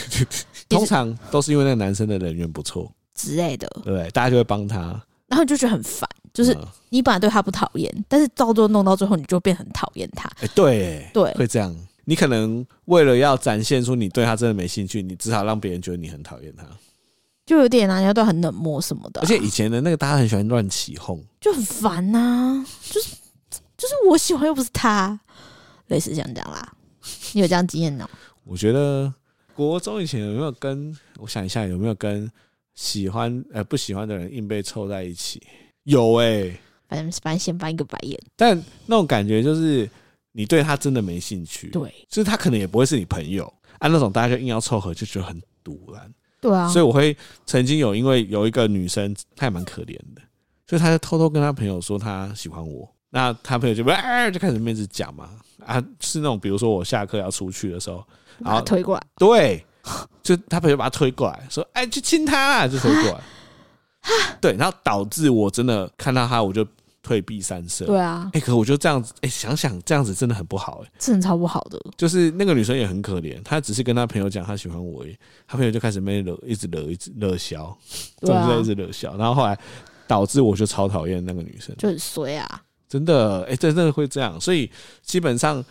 Speaker 1: 通常都是因为那个男生的人缘不错，
Speaker 2: 之类的，
Speaker 1: 对不对？大家就会帮他，
Speaker 2: 然后你就觉得很烦。就是
Speaker 1: 嗯
Speaker 2: 你本来对他不讨厌，但是到最后弄到最后，你就变很讨厌他。
Speaker 1: 哎、对耶，
Speaker 2: 对
Speaker 1: 会这样。你可能为了要展现出你对他真的没兴趣，你只好让别人觉得你很讨厌他。
Speaker 2: 就有点啊，人家都很冷漠什么的啊、
Speaker 1: 而且以前的那个大家很喜欢乱起哄，
Speaker 2: 就很烦呐、就是就是我喜欢又不是他，类似像这样啦。你有这样经验哦呢？
Speaker 1: 我觉得国中以前有没有跟我想一下有没有跟喜欢呃不喜欢的人硬被凑在一起？有哎、
Speaker 2: 反正反正先翻一个白眼，
Speaker 1: 但那种感觉就是你对他真的没兴趣，
Speaker 2: 对
Speaker 1: 就是他可能也不会是你朋友啊，那种大家就硬要凑合，就觉得很堵然。
Speaker 2: 对啊，
Speaker 1: 所以我会曾经有因为有一个女生，她也蛮可怜的，所以她就偷偷跟她朋友说她喜欢我，那她朋友就啊就开始面子讲嘛，啊是那种比如说我下课要出去的时候，
Speaker 2: 把他
Speaker 1: 好
Speaker 2: 推过来，
Speaker 1: 对，就她朋友把她推过来说，哎去亲她啦，就推过来，
Speaker 2: 啊
Speaker 1: 对，然后导致我真的看到她我就退避三舍，
Speaker 2: 对啊，
Speaker 1: 哎、可我就这样子，哎、想想这样子真的很不好、哎，
Speaker 2: 真的超不好的，
Speaker 1: 就是那个女生也很可怜，她只是跟她朋友讲她喜欢我而已，她朋友就开始没惹，一直惹，一直惹消，
Speaker 2: 对
Speaker 1: 总
Speaker 2: 啊
Speaker 1: 是在一直惹笑，然后后来导致我就超讨厌那个女生，
Speaker 2: 就很衰啊。
Speaker 1: 真的，哎、真的会这样，所以基本上。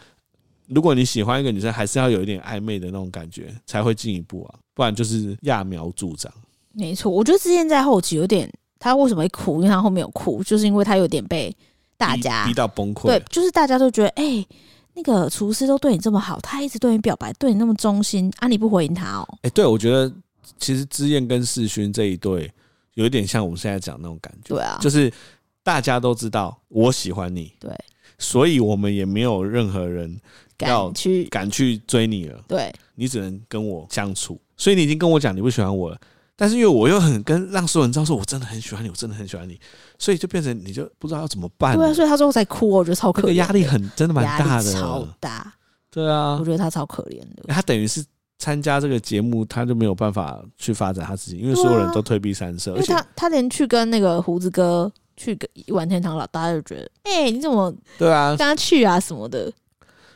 Speaker 1: 如果你喜欢一个女生，还是要有一点暧昧的那种感觉，才会进一步啊，不然就是揠苗助长。
Speaker 2: 没错，我觉得之前在后期有点，他为什么会哭？因为他后面有哭，就是因为他有点被大
Speaker 1: 逼
Speaker 2: 家
Speaker 1: 逼到崩溃。
Speaker 2: 对，就是大家都觉得哎。那个厨师都对你这么好，他一直对你表白，对你那么忠心啊！你不回应他哦，
Speaker 1: 哎、对我觉得其实知燕跟世勋这一对有一点像我们现在讲的那种感觉，
Speaker 2: 对啊
Speaker 1: 就是大家都知道我喜欢你，
Speaker 2: 对，
Speaker 1: 所以我们也没有任何人要
Speaker 2: 敢去
Speaker 1: 敢去追你了，
Speaker 2: 对
Speaker 1: 你只能跟我相处，所以你已经跟我讲你不喜欢我了。但是因为我又很跟让所有人知道说我真的很喜欢你，我真的很喜欢你，所以就变成你就不知道要怎么办了。
Speaker 2: 对啊，所以他最后才哭，我觉得超
Speaker 1: 这
Speaker 2: 可
Speaker 1: 个
Speaker 2: 怜，
Speaker 1: 压力很真的蛮
Speaker 2: 压力
Speaker 1: 大
Speaker 2: 超
Speaker 1: 的，
Speaker 2: 大，
Speaker 1: 对啊
Speaker 2: 我，觉得他超可怜的。
Speaker 1: 他等于是参加这个节目，他就没有办法去发展他自己，因为所有人都退避三舍，
Speaker 2: 啊因
Speaker 1: 而
Speaker 2: 为
Speaker 1: 且
Speaker 2: 他他连去跟那个胡子哥去个玩天堂老，大家就觉得，哎、你怎么
Speaker 1: 对啊
Speaker 2: 跟，他去啊什么的？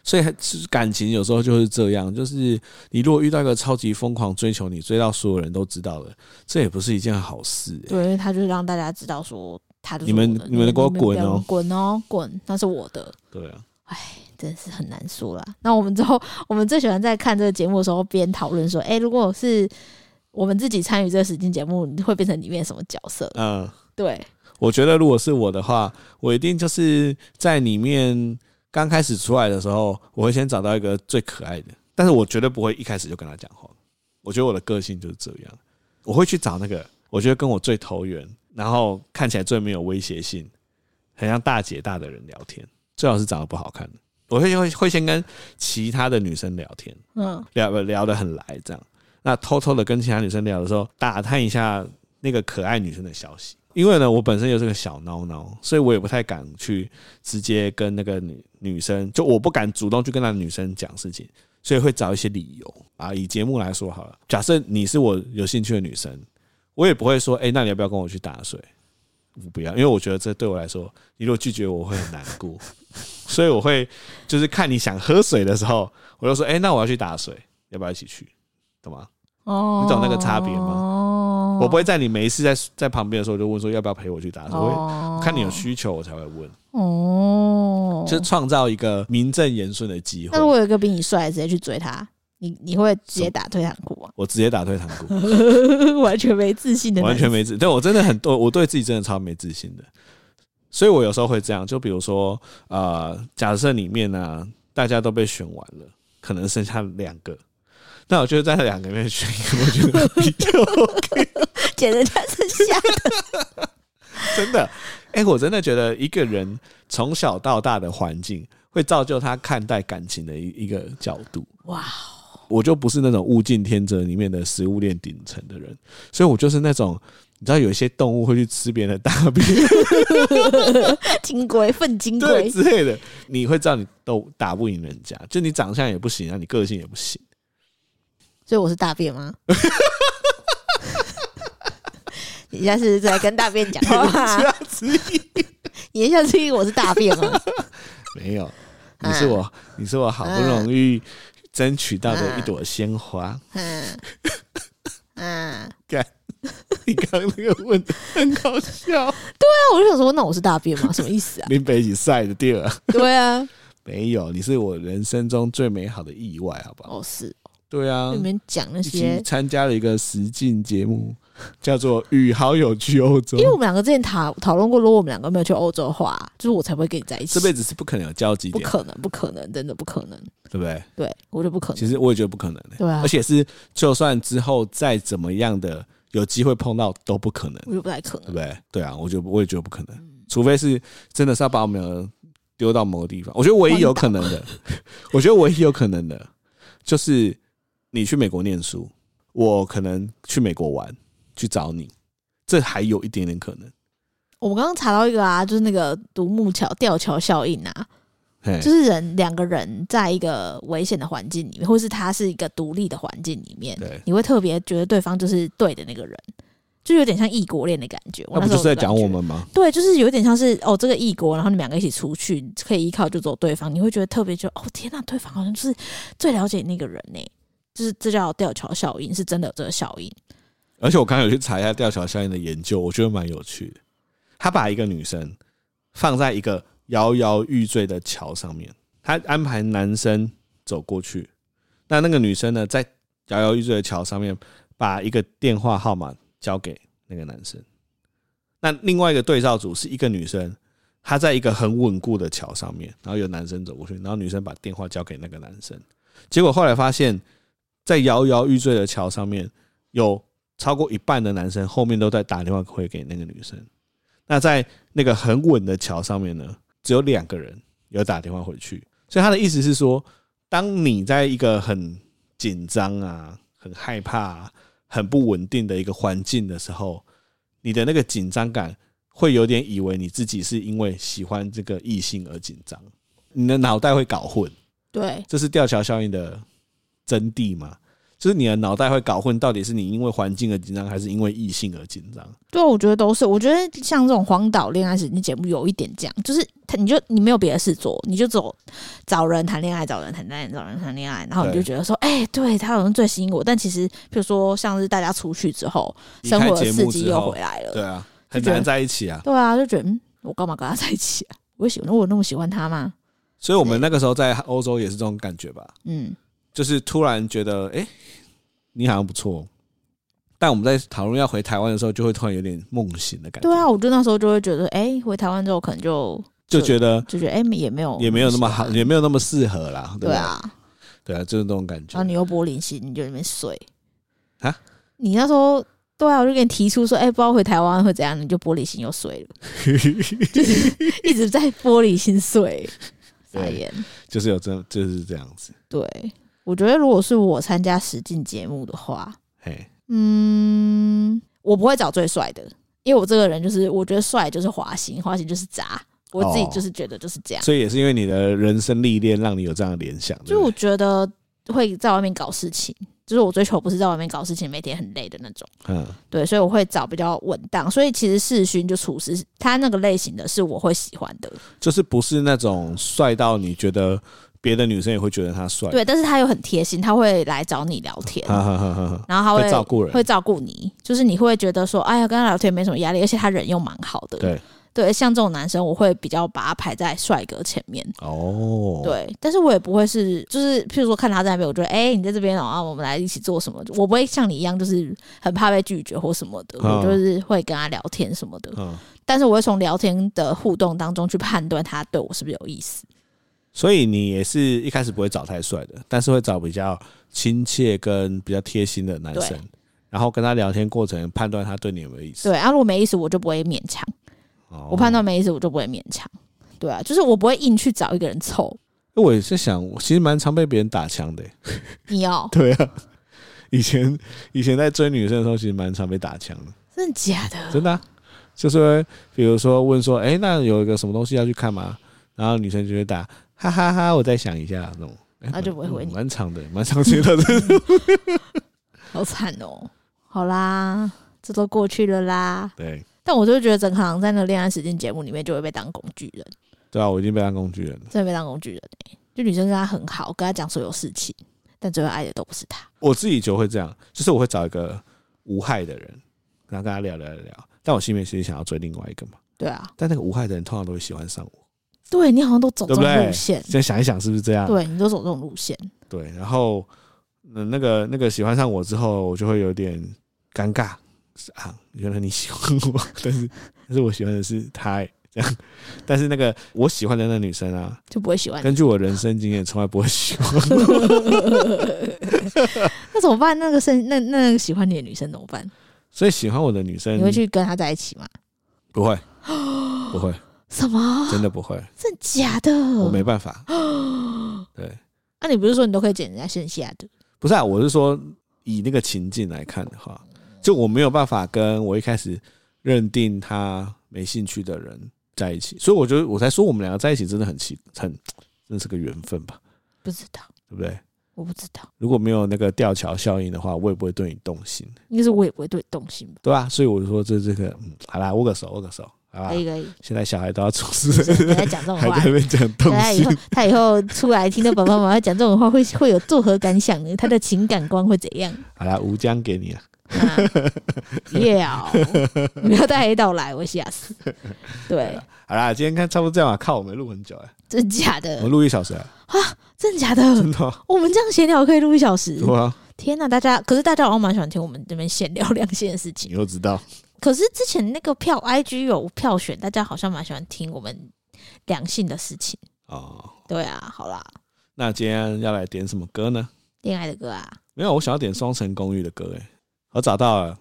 Speaker 1: 所以还是感情有时候就是这样，就是你如果遇到一个超级疯狂追求你，追到所有人都知道了，这也不是一件好事、欸
Speaker 2: 对，因为他就是让大家知道说，他就是
Speaker 1: 你们
Speaker 2: 我的
Speaker 1: 你们给我滚哦
Speaker 2: 滚哦，滚，那是我的。
Speaker 1: 对啊，
Speaker 2: 真是很难说啦。那我们之后，我们最喜欢在看这个节目的时候边讨论说，哎、如果是我们自己参与这个实境节目，你会变成里面什么角色？
Speaker 1: 嗯、
Speaker 2: 对，
Speaker 1: 我觉得如果是我的话，我一定就是在里面刚开始出来的时候，我会先找到一个最可爱的，但是我绝对不会一开始就跟他讲话。我觉得我的个性就是这样，我会去找那个我觉得跟我最投缘，然后看起来最没有威胁性，很像大姐大的人聊天，最好是长得不好看的。我会会会先跟其他的女生聊天，
Speaker 2: 嗯，
Speaker 1: 聊聊得很来，这样。那偷偷的跟其他女生聊的时候，打探一下那个可爱女生的消息。因为呢，我本身又是个小孬孬，所以我也不太敢去直接跟那个女女生，就我不敢主动去跟那女生讲事情，所以会找一些理由啊。以节目来说好了，假设你是我有兴趣的女生，我也不会说，哎、那你要不要跟我去打水？我不要，因为我觉得这对我来说，你如果拒绝我，我会很难过，所以我会就是看你想喝水的时候，我就说，哎、那我要去打水，要不要一起去？懂吗？
Speaker 2: 哦，
Speaker 1: 你懂那个差别吗
Speaker 2: 吗
Speaker 1: 我不会在你没事在在旁边的时候就问说要不要陪我去打水，我
Speaker 2: 哦
Speaker 1: 会看你有需求我才会问，
Speaker 2: 哦，
Speaker 1: 就是创造一个名正言顺的机会
Speaker 2: 那。如果有一个比你帅，直接去追他，你你会直接打退堂鼓啊？
Speaker 1: 我直接打退堂鼓，
Speaker 2: (laughs) 完全没自信的男
Speaker 1: 完
Speaker 2: 生，
Speaker 1: 全没自，对我真的很多，我对自己真的超没自信的，所以我有时候会这样，就比如说，呃，假设里面呢、大家都被选完了，可能剩下两个，那我就在那两个里面选一个，我觉得比较 OK，
Speaker 2: 捡人家剩下。
Speaker 1: 真的，哎、我真的觉得一个人从小到大的环境会造就他看待感情的一一个角度。
Speaker 2: 哇，
Speaker 1: 我就不是那种物竞天择里面的食物链顶层的人，所以我就是那种你知道有一些动物会去吃别人的大便 (laughs)
Speaker 2: 金龟粪金
Speaker 1: 对
Speaker 2: 龟，
Speaker 1: 之类的，你会知道你都打不赢人家，就你长相也不行啊，你个性也不行，
Speaker 2: 所以我是大便吗？你下次再跟大便
Speaker 1: (laughs)
Speaker 2: 讲话
Speaker 1: 这
Speaker 2: 吗，
Speaker 1: 样子
Speaker 2: 你下次以为我是大便
Speaker 1: (laughs)
Speaker 2: 吗？
Speaker 1: 没有，你是我，你是我好不容易争取到的一朵鲜花。 (laughs)
Speaker 2: 嗯嗯，
Speaker 1: 你刚刚那个问的很搞笑，
Speaker 2: 那我就想说，那我是大便吗？什么意 (laughs) 思啊？
Speaker 1: 林北起赛的第二
Speaker 2: 对啊，
Speaker 1: 没有，你是我人生中最美好的意外，好不好？
Speaker 2: 哦是，
Speaker 1: 对啊
Speaker 2: 你，们讲那
Speaker 1: 一起
Speaker 2: 些，
Speaker 1: 参加了一个实境节目，叫做《与好友去欧洲
Speaker 2: 因》为，我们两个之前讨讨论过，如果我们两个没有去欧洲的话，就是我才不会跟你在一起。
Speaker 1: 这辈子是不可能有交集
Speaker 2: 不
Speaker 1: 点，
Speaker 2: 可能，不可能，真的不可能。
Speaker 1: 对不对？
Speaker 2: 对我就不可能。
Speaker 1: 其实我也觉得不可能、欸，
Speaker 2: 对啊
Speaker 1: 而，且是就算之后再怎么样的有机会碰到都不可能，
Speaker 2: 我就不太可
Speaker 1: 对
Speaker 2: 能
Speaker 1: 不。对？对啊，我觉得我也觉得不可能，
Speaker 2: 嗯
Speaker 1: 除非是真的是要把我们丢到某个地方。我觉得唯一有可能的， (laughs) 我觉得唯一有可能的就是你去美国念书，我可能去美国玩去找你，这还有一点点可能。
Speaker 2: 我们刚刚查到一个啊，就是那个独木桥吊桥效应啊，
Speaker 1: 嘿
Speaker 2: 就是人两个人在一个危险的环境里面，或是他是一个独立的环境里面
Speaker 1: 对，
Speaker 2: 你会特别觉得对方就是对的那个人，就有点像异国恋的感觉。我
Speaker 1: 那不
Speaker 2: 时
Speaker 1: 就
Speaker 2: 候
Speaker 1: 是在
Speaker 2: 有这种
Speaker 1: 讲我
Speaker 2: 感觉？
Speaker 1: 们吗？
Speaker 2: 对，就是有点像是哦，这个异国，然后你们两个一起出去，可以依靠就走对方，你会觉得特别觉得哦，天呐、对方好像就是最了解那个人呢、就是这叫吊桥效应，是真的有这个效应。
Speaker 1: 而且我刚刚有去查一下吊桥效应的研究，我觉得蛮有趣的。他把一个女生放在一个摇摇欲坠的桥上面，他安排男生走过去，那那个女生呢，在摇摇欲坠的桥上面，把一个电话号码交给那个男生。那另外一个对照组是一个女生，她在一个很稳固的桥上面，然后有男生走过去，然后女生把电话交给那个男生。结果后来发现，在摇摇欲坠的桥上面，有超过一半的男生后面都在打电话会给那个女生。那在那个很稳的桥上面呢，只有两个人有打电话回去。所以他的意思是说，当你在一个很紧张啊、很害怕、啊、很不稳定的一个环境的时候，你的那个紧张感会有点以为你自己是因为喜欢这个异性而紧张，你的脑袋会搞混。
Speaker 2: 对，
Speaker 1: 这是吊桥效应的真谛嘛？就是你的脑袋会搞混，到底是你因为环境而紧张，还是因为异性而紧张？
Speaker 2: 对，啊我觉得都是。我觉得像这种荒岛恋爱实境节目有一点这样，就是他你就你没有别的事做，你就走找人谈恋爱，找人谈恋爱，找人谈恋爱，然后你就
Speaker 1: 对
Speaker 2: 觉得说，哎、对他好像最吸引我。但其实，比如说像是大家出去之后，
Speaker 1: 离
Speaker 2: 生
Speaker 1: 开
Speaker 2: 活的
Speaker 1: 节
Speaker 2: 刺
Speaker 1: 目
Speaker 2: 激
Speaker 1: 之
Speaker 2: 又
Speaker 1: 后
Speaker 2: 回，来了，
Speaker 1: 对啊，
Speaker 2: 就
Speaker 1: 很
Speaker 2: 觉得
Speaker 1: 难在一起啊。
Speaker 2: 对啊，就觉得嗯，我干嘛跟他在一起啊？我喜欢我有那么喜欢他吗？
Speaker 1: 所以我们那个时候在欧洲也是这种感觉吧，
Speaker 2: 嗯，
Speaker 1: 就是突然觉得，哎、你好像不错，但我们在讨论要回台湾的时候，就会突然有点梦醒的感觉，
Speaker 2: 对啊，我就那时候就会觉得，哎、回台湾之后可能就
Speaker 1: 就觉得
Speaker 2: 就觉得，哎、也没有
Speaker 1: 也没有那么好，
Speaker 2: 喜欢
Speaker 1: 也没有那么适合啦，对
Speaker 2: 对
Speaker 1: 吧？
Speaker 2: 啊，
Speaker 1: 对啊，就是那种感觉
Speaker 2: 然后。你又柏林系，你就在那边睡
Speaker 1: 啊？
Speaker 2: 你那时候对啊，我就给你提出说，哎、不知道回台湾会怎样，你就玻璃心又睡了，就是一直在玻璃
Speaker 1: (laughs)
Speaker 2: 心睡，
Speaker 1: 对
Speaker 2: 傻眼。
Speaker 1: (laughs) 就是有这，就是这样子。
Speaker 2: 对，我觉得如果是我参加实境节目的话，
Speaker 1: 嘿，
Speaker 2: 嗯，我不会找最帅的，因为我这个人就是我觉得帅就是滑行，滑行就是渣，我自己
Speaker 1: 哦
Speaker 2: 就是觉得就是这样，
Speaker 1: 所以也是因为你的人生历练，让你有这样的联想。
Speaker 2: 啊就是
Speaker 1: 对
Speaker 2: 我
Speaker 1: 不
Speaker 2: 觉得会在外面搞事情，就是我追求不是在外面搞事情，每天很累的那种。
Speaker 1: 对嗯，
Speaker 2: 对，所以我会找比较稳当。所以其实世勋就厨师，他那个类型的是我会喜欢的，
Speaker 1: 就是不是那种帅到你觉得别的女生也会觉得他帅，
Speaker 2: 对。但是他又很贴心，他会来找你聊天，
Speaker 1: 哈哈哈哈哈，
Speaker 2: 然后他
Speaker 1: 会照
Speaker 2: 会
Speaker 1: 顾人，
Speaker 2: 哎会照顾你，就是你会觉得说，哎呀，跟他聊天没什么压力，而且他人又蛮好的。
Speaker 1: 对
Speaker 2: 对，像这种男生，我会比较把他排在帅哥前面。
Speaker 1: 哦，
Speaker 2: 对，但是我也不会是，就是譬如说看他在那边，我觉得哎、你在这边哦，啊，我们来一起做什么？我不会像你一样，就是很怕被拒绝或什么的，
Speaker 1: 嗯
Speaker 2: 我就是会跟他聊天什么的。
Speaker 1: 嗯，
Speaker 2: 但是我会从聊天的互动当中去判断他对我是不是有意思。
Speaker 1: 所以你也是一开始不会找太帅的，但是会找比较亲切跟比较贴心的男生
Speaker 2: 对，
Speaker 1: 然后跟他聊天过程判断他对你有没有意思。
Speaker 2: 对啊，如果没意思，我就不会勉强。
Speaker 1: 哦
Speaker 2: 我判断没意思，我就不会勉强。对啊，就是我不会硬去找一个人凑。
Speaker 1: 我也是想，我其实蛮常被别人打枪的欸、
Speaker 2: 你哦，
Speaker 1: 对啊，以前以前在追女生的时候，其实蛮常被打枪的，
Speaker 2: (laughs) 真的假的？
Speaker 1: 真的啊、就是会比如说问说，哎、那有一个什么东西要去看吗？然后女生就会打，哈哈哈我再想一下那种。哎
Speaker 2: 那就不会回你
Speaker 1: 蛮长的，蛮长
Speaker 2: (laughs)
Speaker 1: 接到这种。
Speaker 2: 好惨哦。好啦，这都过去了啦。
Speaker 1: 对
Speaker 2: 但我就觉得整行在那恋爱实境节目里面就会被当工具人，
Speaker 1: 对啊，我已经被当工具人了。
Speaker 2: 真的被当工具人、欸、就女生跟他很好，跟他讲所有事情，但最后爱的都不是他。
Speaker 1: 我自己就会这样，就是我会找一个无害的人，然后跟他聊聊聊聊。但我心里面其实想要追另外一个嘛，
Speaker 2: 对啊，
Speaker 1: 但那个无害的人通常都会喜欢上我。
Speaker 2: 对你好像都走这
Speaker 1: 对
Speaker 2: 种
Speaker 1: 不对
Speaker 2: 路线，
Speaker 1: 现在想一想，是不是啊这样？
Speaker 2: 对你都走这种路线。
Speaker 1: 对，然后嗯，那个那个喜欢上我之后，我就会有点尴尬是啊，原来你喜欢我， (laughs) 但是但是我喜欢的是他、欸、这样，但是那个我喜欢的那女生啊，
Speaker 2: 就不会喜欢你。
Speaker 1: 根据我人生经验，从来不会喜欢我， (laughs)
Speaker 2: (laughs) 那怎么办？那个生那那个喜欢你的女生怎么办？
Speaker 1: 所以喜欢我的女生
Speaker 2: 你会去跟她在一起吗？
Speaker 1: 不会不会，
Speaker 2: 什么？
Speaker 1: 真的不会，
Speaker 2: 真的假的？
Speaker 1: 我没办法。对，
Speaker 2: 那、你不是说你都可以捡人家剩下的？
Speaker 1: 不是啊，我是说以那个情境来看的话，就我没有办法跟我一开始认定他没兴趣的人在一起，所以我觉得我才说我们两个在一起真的很奇，很真的是个缘分吧，
Speaker 2: 不知道，
Speaker 1: 对不对？
Speaker 2: 我不知道。
Speaker 1: 如果没有那个吊桥效应的话，我也不会对你动心，
Speaker 2: 应该是我也不会对你动心吧？
Speaker 1: 对吧、所以我就说这这个，嗯，好啦，握个手，握个手，好吧
Speaker 2: 可。以可以，
Speaker 1: 现在小孩都要出
Speaker 2: 不哎 (laughs) 是不
Speaker 1: 事，
Speaker 2: 要讲这种
Speaker 1: 啊 (laughs) 还
Speaker 2: 话
Speaker 1: 在。那边讲动
Speaker 2: 他以
Speaker 1: 心
Speaker 2: 后，他以后出来听到爸爸妈妈讲这种话，会会有作何感想
Speaker 1: (laughs)
Speaker 2: 呢？他的情感观会怎样？
Speaker 1: 好啦，吴江给你了，
Speaker 2: 啊，不要，
Speaker 1: (laughs)
Speaker 2: 不要带黑道来，我吓死。对，
Speaker 1: 好啦，今天看差不多这样吧，啊靠，我们录很久哎、
Speaker 2: 真假
Speaker 1: 我
Speaker 2: 的
Speaker 1: 们？录一小时、欸，
Speaker 2: 真假的
Speaker 1: 真？的哦、
Speaker 2: 我们这样闲聊可以录一小时？
Speaker 1: 对啊，
Speaker 2: 天呐，大家可是大家好像蛮喜欢听我们这边闲聊两性的事
Speaker 1: 你
Speaker 2: 情。
Speaker 1: 又知道。
Speaker 2: 可是之前那个票 IG 有票选，大家好像蛮喜欢听我们两性的事情。
Speaker 1: 哦，
Speaker 2: 对啊，好啦，
Speaker 1: 那今天要来点什么歌呢？
Speaker 2: 恋爱的歌啊，
Speaker 1: 没有，我想要点《双城公寓》的歌，哎，我找到了《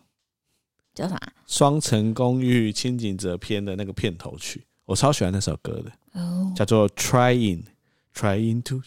Speaker 2: 叫啥？
Speaker 1: 双城公寓》清景泽篇的那个片头曲，我超喜欢那首歌的，
Speaker 2: 哦，
Speaker 1: 叫做《Trying》，Trying to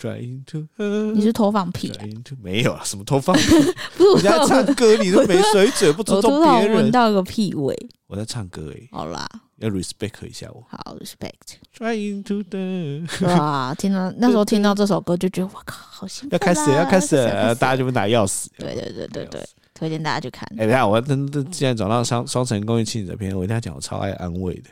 Speaker 1: Trying to
Speaker 2: 你是偷放
Speaker 1: (laughs)
Speaker 2: 屁、啊？
Speaker 1: Trying to 没有啊，什么头发？
Speaker 2: 不
Speaker 1: 我
Speaker 2: 是
Speaker 1: 在唱
Speaker 2: 我，
Speaker 1: 歌，你都没水准，不尊
Speaker 2: 我
Speaker 1: 重
Speaker 2: 突然
Speaker 1: 别
Speaker 2: 闻
Speaker 1: 人。
Speaker 2: 到一个屁味。
Speaker 1: 我在唱歌，哎，
Speaker 2: 好啦，
Speaker 1: 要 respect 一下我。
Speaker 2: 好 respect。
Speaker 1: Trying to the
Speaker 2: 哇，听到那时候听到这首歌就觉得哇靠，好兴
Speaker 1: (laughs) 要
Speaker 2: 奋啊！啊
Speaker 1: 开始了，要开始了，
Speaker 2: 要
Speaker 1: 大家就
Speaker 2: 开
Speaker 1: 被打钥匙。
Speaker 2: 始了对对对对对，推荐大家去看。
Speaker 1: 哎、等一下，我真的既然找到双双城公寓亲子片，我一定要讲，我超爱安慰的。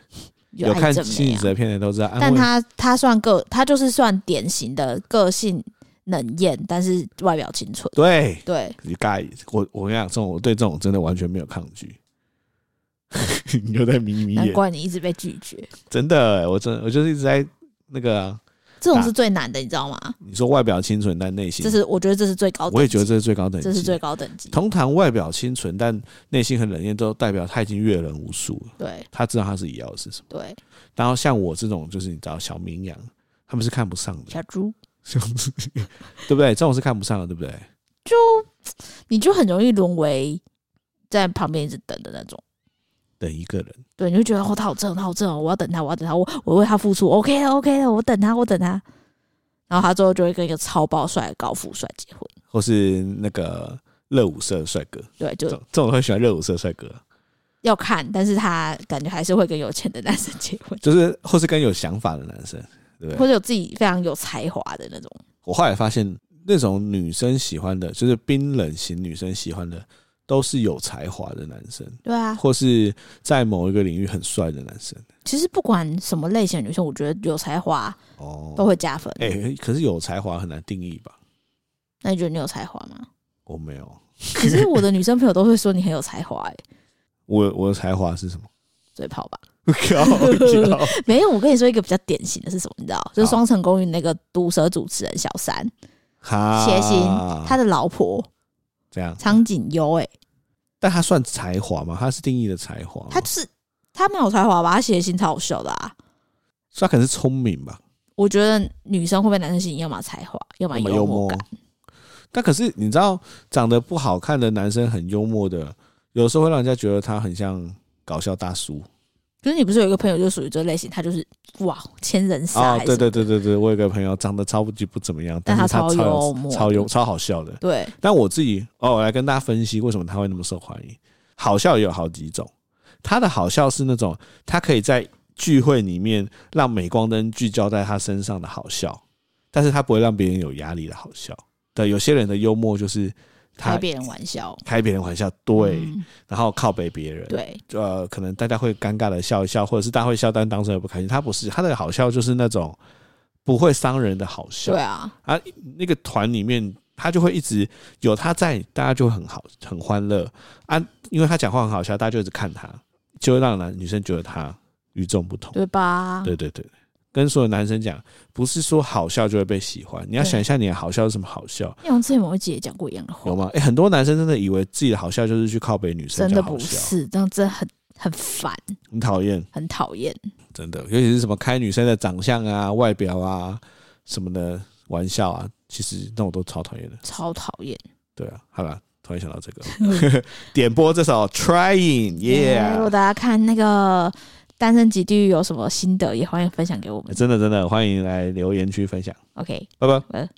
Speaker 1: 有
Speaker 2: 爱
Speaker 1: 看
Speaker 2: 正
Speaker 1: 亲
Speaker 2: 美啊
Speaker 1: 子片的都知道，安
Speaker 2: 但
Speaker 1: 慰
Speaker 2: 他他算个，他就是算典型的个性冷艳，但是外表清纯。
Speaker 1: 对，
Speaker 2: 对，
Speaker 1: 你盖我我跟你讲，这种我对这种真的完全没有抗拒。 (laughs) 你又在眯眯
Speaker 2: 难
Speaker 1: 眼，欸
Speaker 2: 怪你一直被拒绝。
Speaker 1: 真的，我真的我就是一直在那个啊、
Speaker 2: 这种是最难的，你知道吗？
Speaker 1: 你说外表清纯但内心
Speaker 2: 这，是我觉得这是最高等级，
Speaker 1: 我也觉得这是最高等级，
Speaker 2: 这是最高等级。
Speaker 1: 通常外表清纯但内心很冷艳，都代表他已经阅人无数了，
Speaker 2: 对
Speaker 1: 他知道他自己要的是什么。
Speaker 2: 对，
Speaker 1: 然后像我这种，就是你知道小绵羊，他们是看不上的，
Speaker 2: 小猪
Speaker 1: 对不对？这种是看不上的，对不对？
Speaker 2: 就你就很容易沦为在旁边一直等的那种。
Speaker 1: 等一个人，
Speaker 2: 对，你就觉得哦，他好正，他好正哦，我要等他，我要等他，我我为他付出，OK 的，OK 的，我等他，我等他。然后他最后就会跟一个超爆帅的高富帅结婚，
Speaker 1: 或是那个热舞社的帅哥，
Speaker 2: 对，
Speaker 1: 这
Speaker 2: 就
Speaker 1: 种这种会喜欢热舞社的帅哥，
Speaker 2: 要看，但是他感觉还是会跟有钱的男生结婚，
Speaker 1: 就是或是跟有想法的男生，对不
Speaker 2: 或
Speaker 1: 对？
Speaker 2: 者有自己非常有才华的那种。
Speaker 1: 我后来发现，那种女生喜欢的，就是冰冷型女生喜欢的，都是有才华的男生，
Speaker 2: 对啊，
Speaker 1: 或是在某一个领域很帅的男生。
Speaker 2: 其实不管什么类型的女生，我觉得有才华
Speaker 1: 哦，
Speaker 2: 都会加分。
Speaker 1: 哎、可是有才华很难定义吧？
Speaker 2: 那你觉得你有才华吗？
Speaker 1: 我没有，
Speaker 2: 其实我的女生朋友都会说你很有才华、欸，
Speaker 1: 我我的才华是什么？ (laughs)
Speaker 2: 嘴炮吧。
Speaker 1: 靠腰
Speaker 2: (laughs) 没有，我跟你说一个比较典型的是什么，你知道？就是《
Speaker 1: 好
Speaker 2: 双城公寓》那个毒舌主持人小三，
Speaker 1: 哈
Speaker 2: 谐星，
Speaker 1: 哦
Speaker 2: 他的老婆
Speaker 1: 这样，
Speaker 2: 苍井优，哎，
Speaker 1: 但他算才华吗？他是定义的才华吗，
Speaker 2: 他就是他蛮有才华吧？他谐星超好笑的啊！
Speaker 1: 所以他可能是聪明吧，
Speaker 2: 我觉得女生会被男生吸引，要么才华，要么
Speaker 1: 那么
Speaker 2: 幽
Speaker 1: 默
Speaker 2: 感。。
Speaker 1: 但可是你知道，长得不好看的男生很幽默的，有时候会让人家觉得他很像搞笑大叔
Speaker 2: 可是你不是有一个朋友就属于这类型，他就是哇千人杀
Speaker 1: 啊！
Speaker 2: 还是
Speaker 1: 对
Speaker 2: 什么、
Speaker 1: 对对对对，我有个朋友长得超级不怎么样，
Speaker 2: 但
Speaker 1: 是
Speaker 2: 他
Speaker 1: 他
Speaker 2: 超
Speaker 1: 超
Speaker 2: 幽
Speaker 1: 有
Speaker 2: 默
Speaker 1: 超
Speaker 2: 的
Speaker 1: 幽超好笑的。
Speaker 2: 对
Speaker 1: 但我自己哦，我来跟大家分析为什么他会那么受欢迎。好笑也有好几种，他的好笑是那种他可以在聚会里面让镁光灯聚焦在他身上的好笑，但是他不会让别人有压力的好笑。对，有些人的幽默就是
Speaker 2: 开
Speaker 1: 他
Speaker 2: 别人玩笑，
Speaker 1: 开别人玩笑，对，
Speaker 2: 嗯
Speaker 1: 然后靠北别人，，
Speaker 2: 对
Speaker 1: 呃，可能大家会尴尬的笑一笑，或者是大家会笑，但当时也不开心。他不是，他的好笑就是那种不会伤人的好笑
Speaker 2: 对，啊，
Speaker 1: 啊，那个团里面他就会一直有他在，大家就会很好很欢乐啊，因为他讲话很好笑，大家就一直看他，就会让男女生觉得他与众不同。
Speaker 2: 对啊吧？
Speaker 1: 对对对，跟所有男生讲，不是说好笑就会被喜欢，你要
Speaker 2: 对
Speaker 1: 想一下你的好笑是什么好笑，
Speaker 2: 因为我之前某一集也讲过一样的话
Speaker 1: 有，吗？诶，很多男生真的以为自己的好笑就是去靠北女生
Speaker 2: 真
Speaker 1: 叫
Speaker 2: 的
Speaker 1: 好
Speaker 2: 不
Speaker 1: 笑，
Speaker 2: 是，这样真的很很烦，
Speaker 1: 很讨厌，
Speaker 2: 很讨厌。
Speaker 1: 真的，尤其是什么开女生的长相啊、外表啊什么的玩笑啊，其实那我都超讨厌的。
Speaker 2: 超讨厌。
Speaker 1: 对啊，好啦，突然想到这个， (laughs) 点播这首《Trying》
Speaker 2: (laughs) 如果
Speaker 1: ，Yeah，
Speaker 2: 大家看那个《单身级地狱》
Speaker 1: 哎
Speaker 2: 有什么心得，也欢迎分享给我们。
Speaker 1: 真的真的，欢迎来留言区分享，
Speaker 2: OK，
Speaker 1: 拜拜。
Speaker 2: 拜。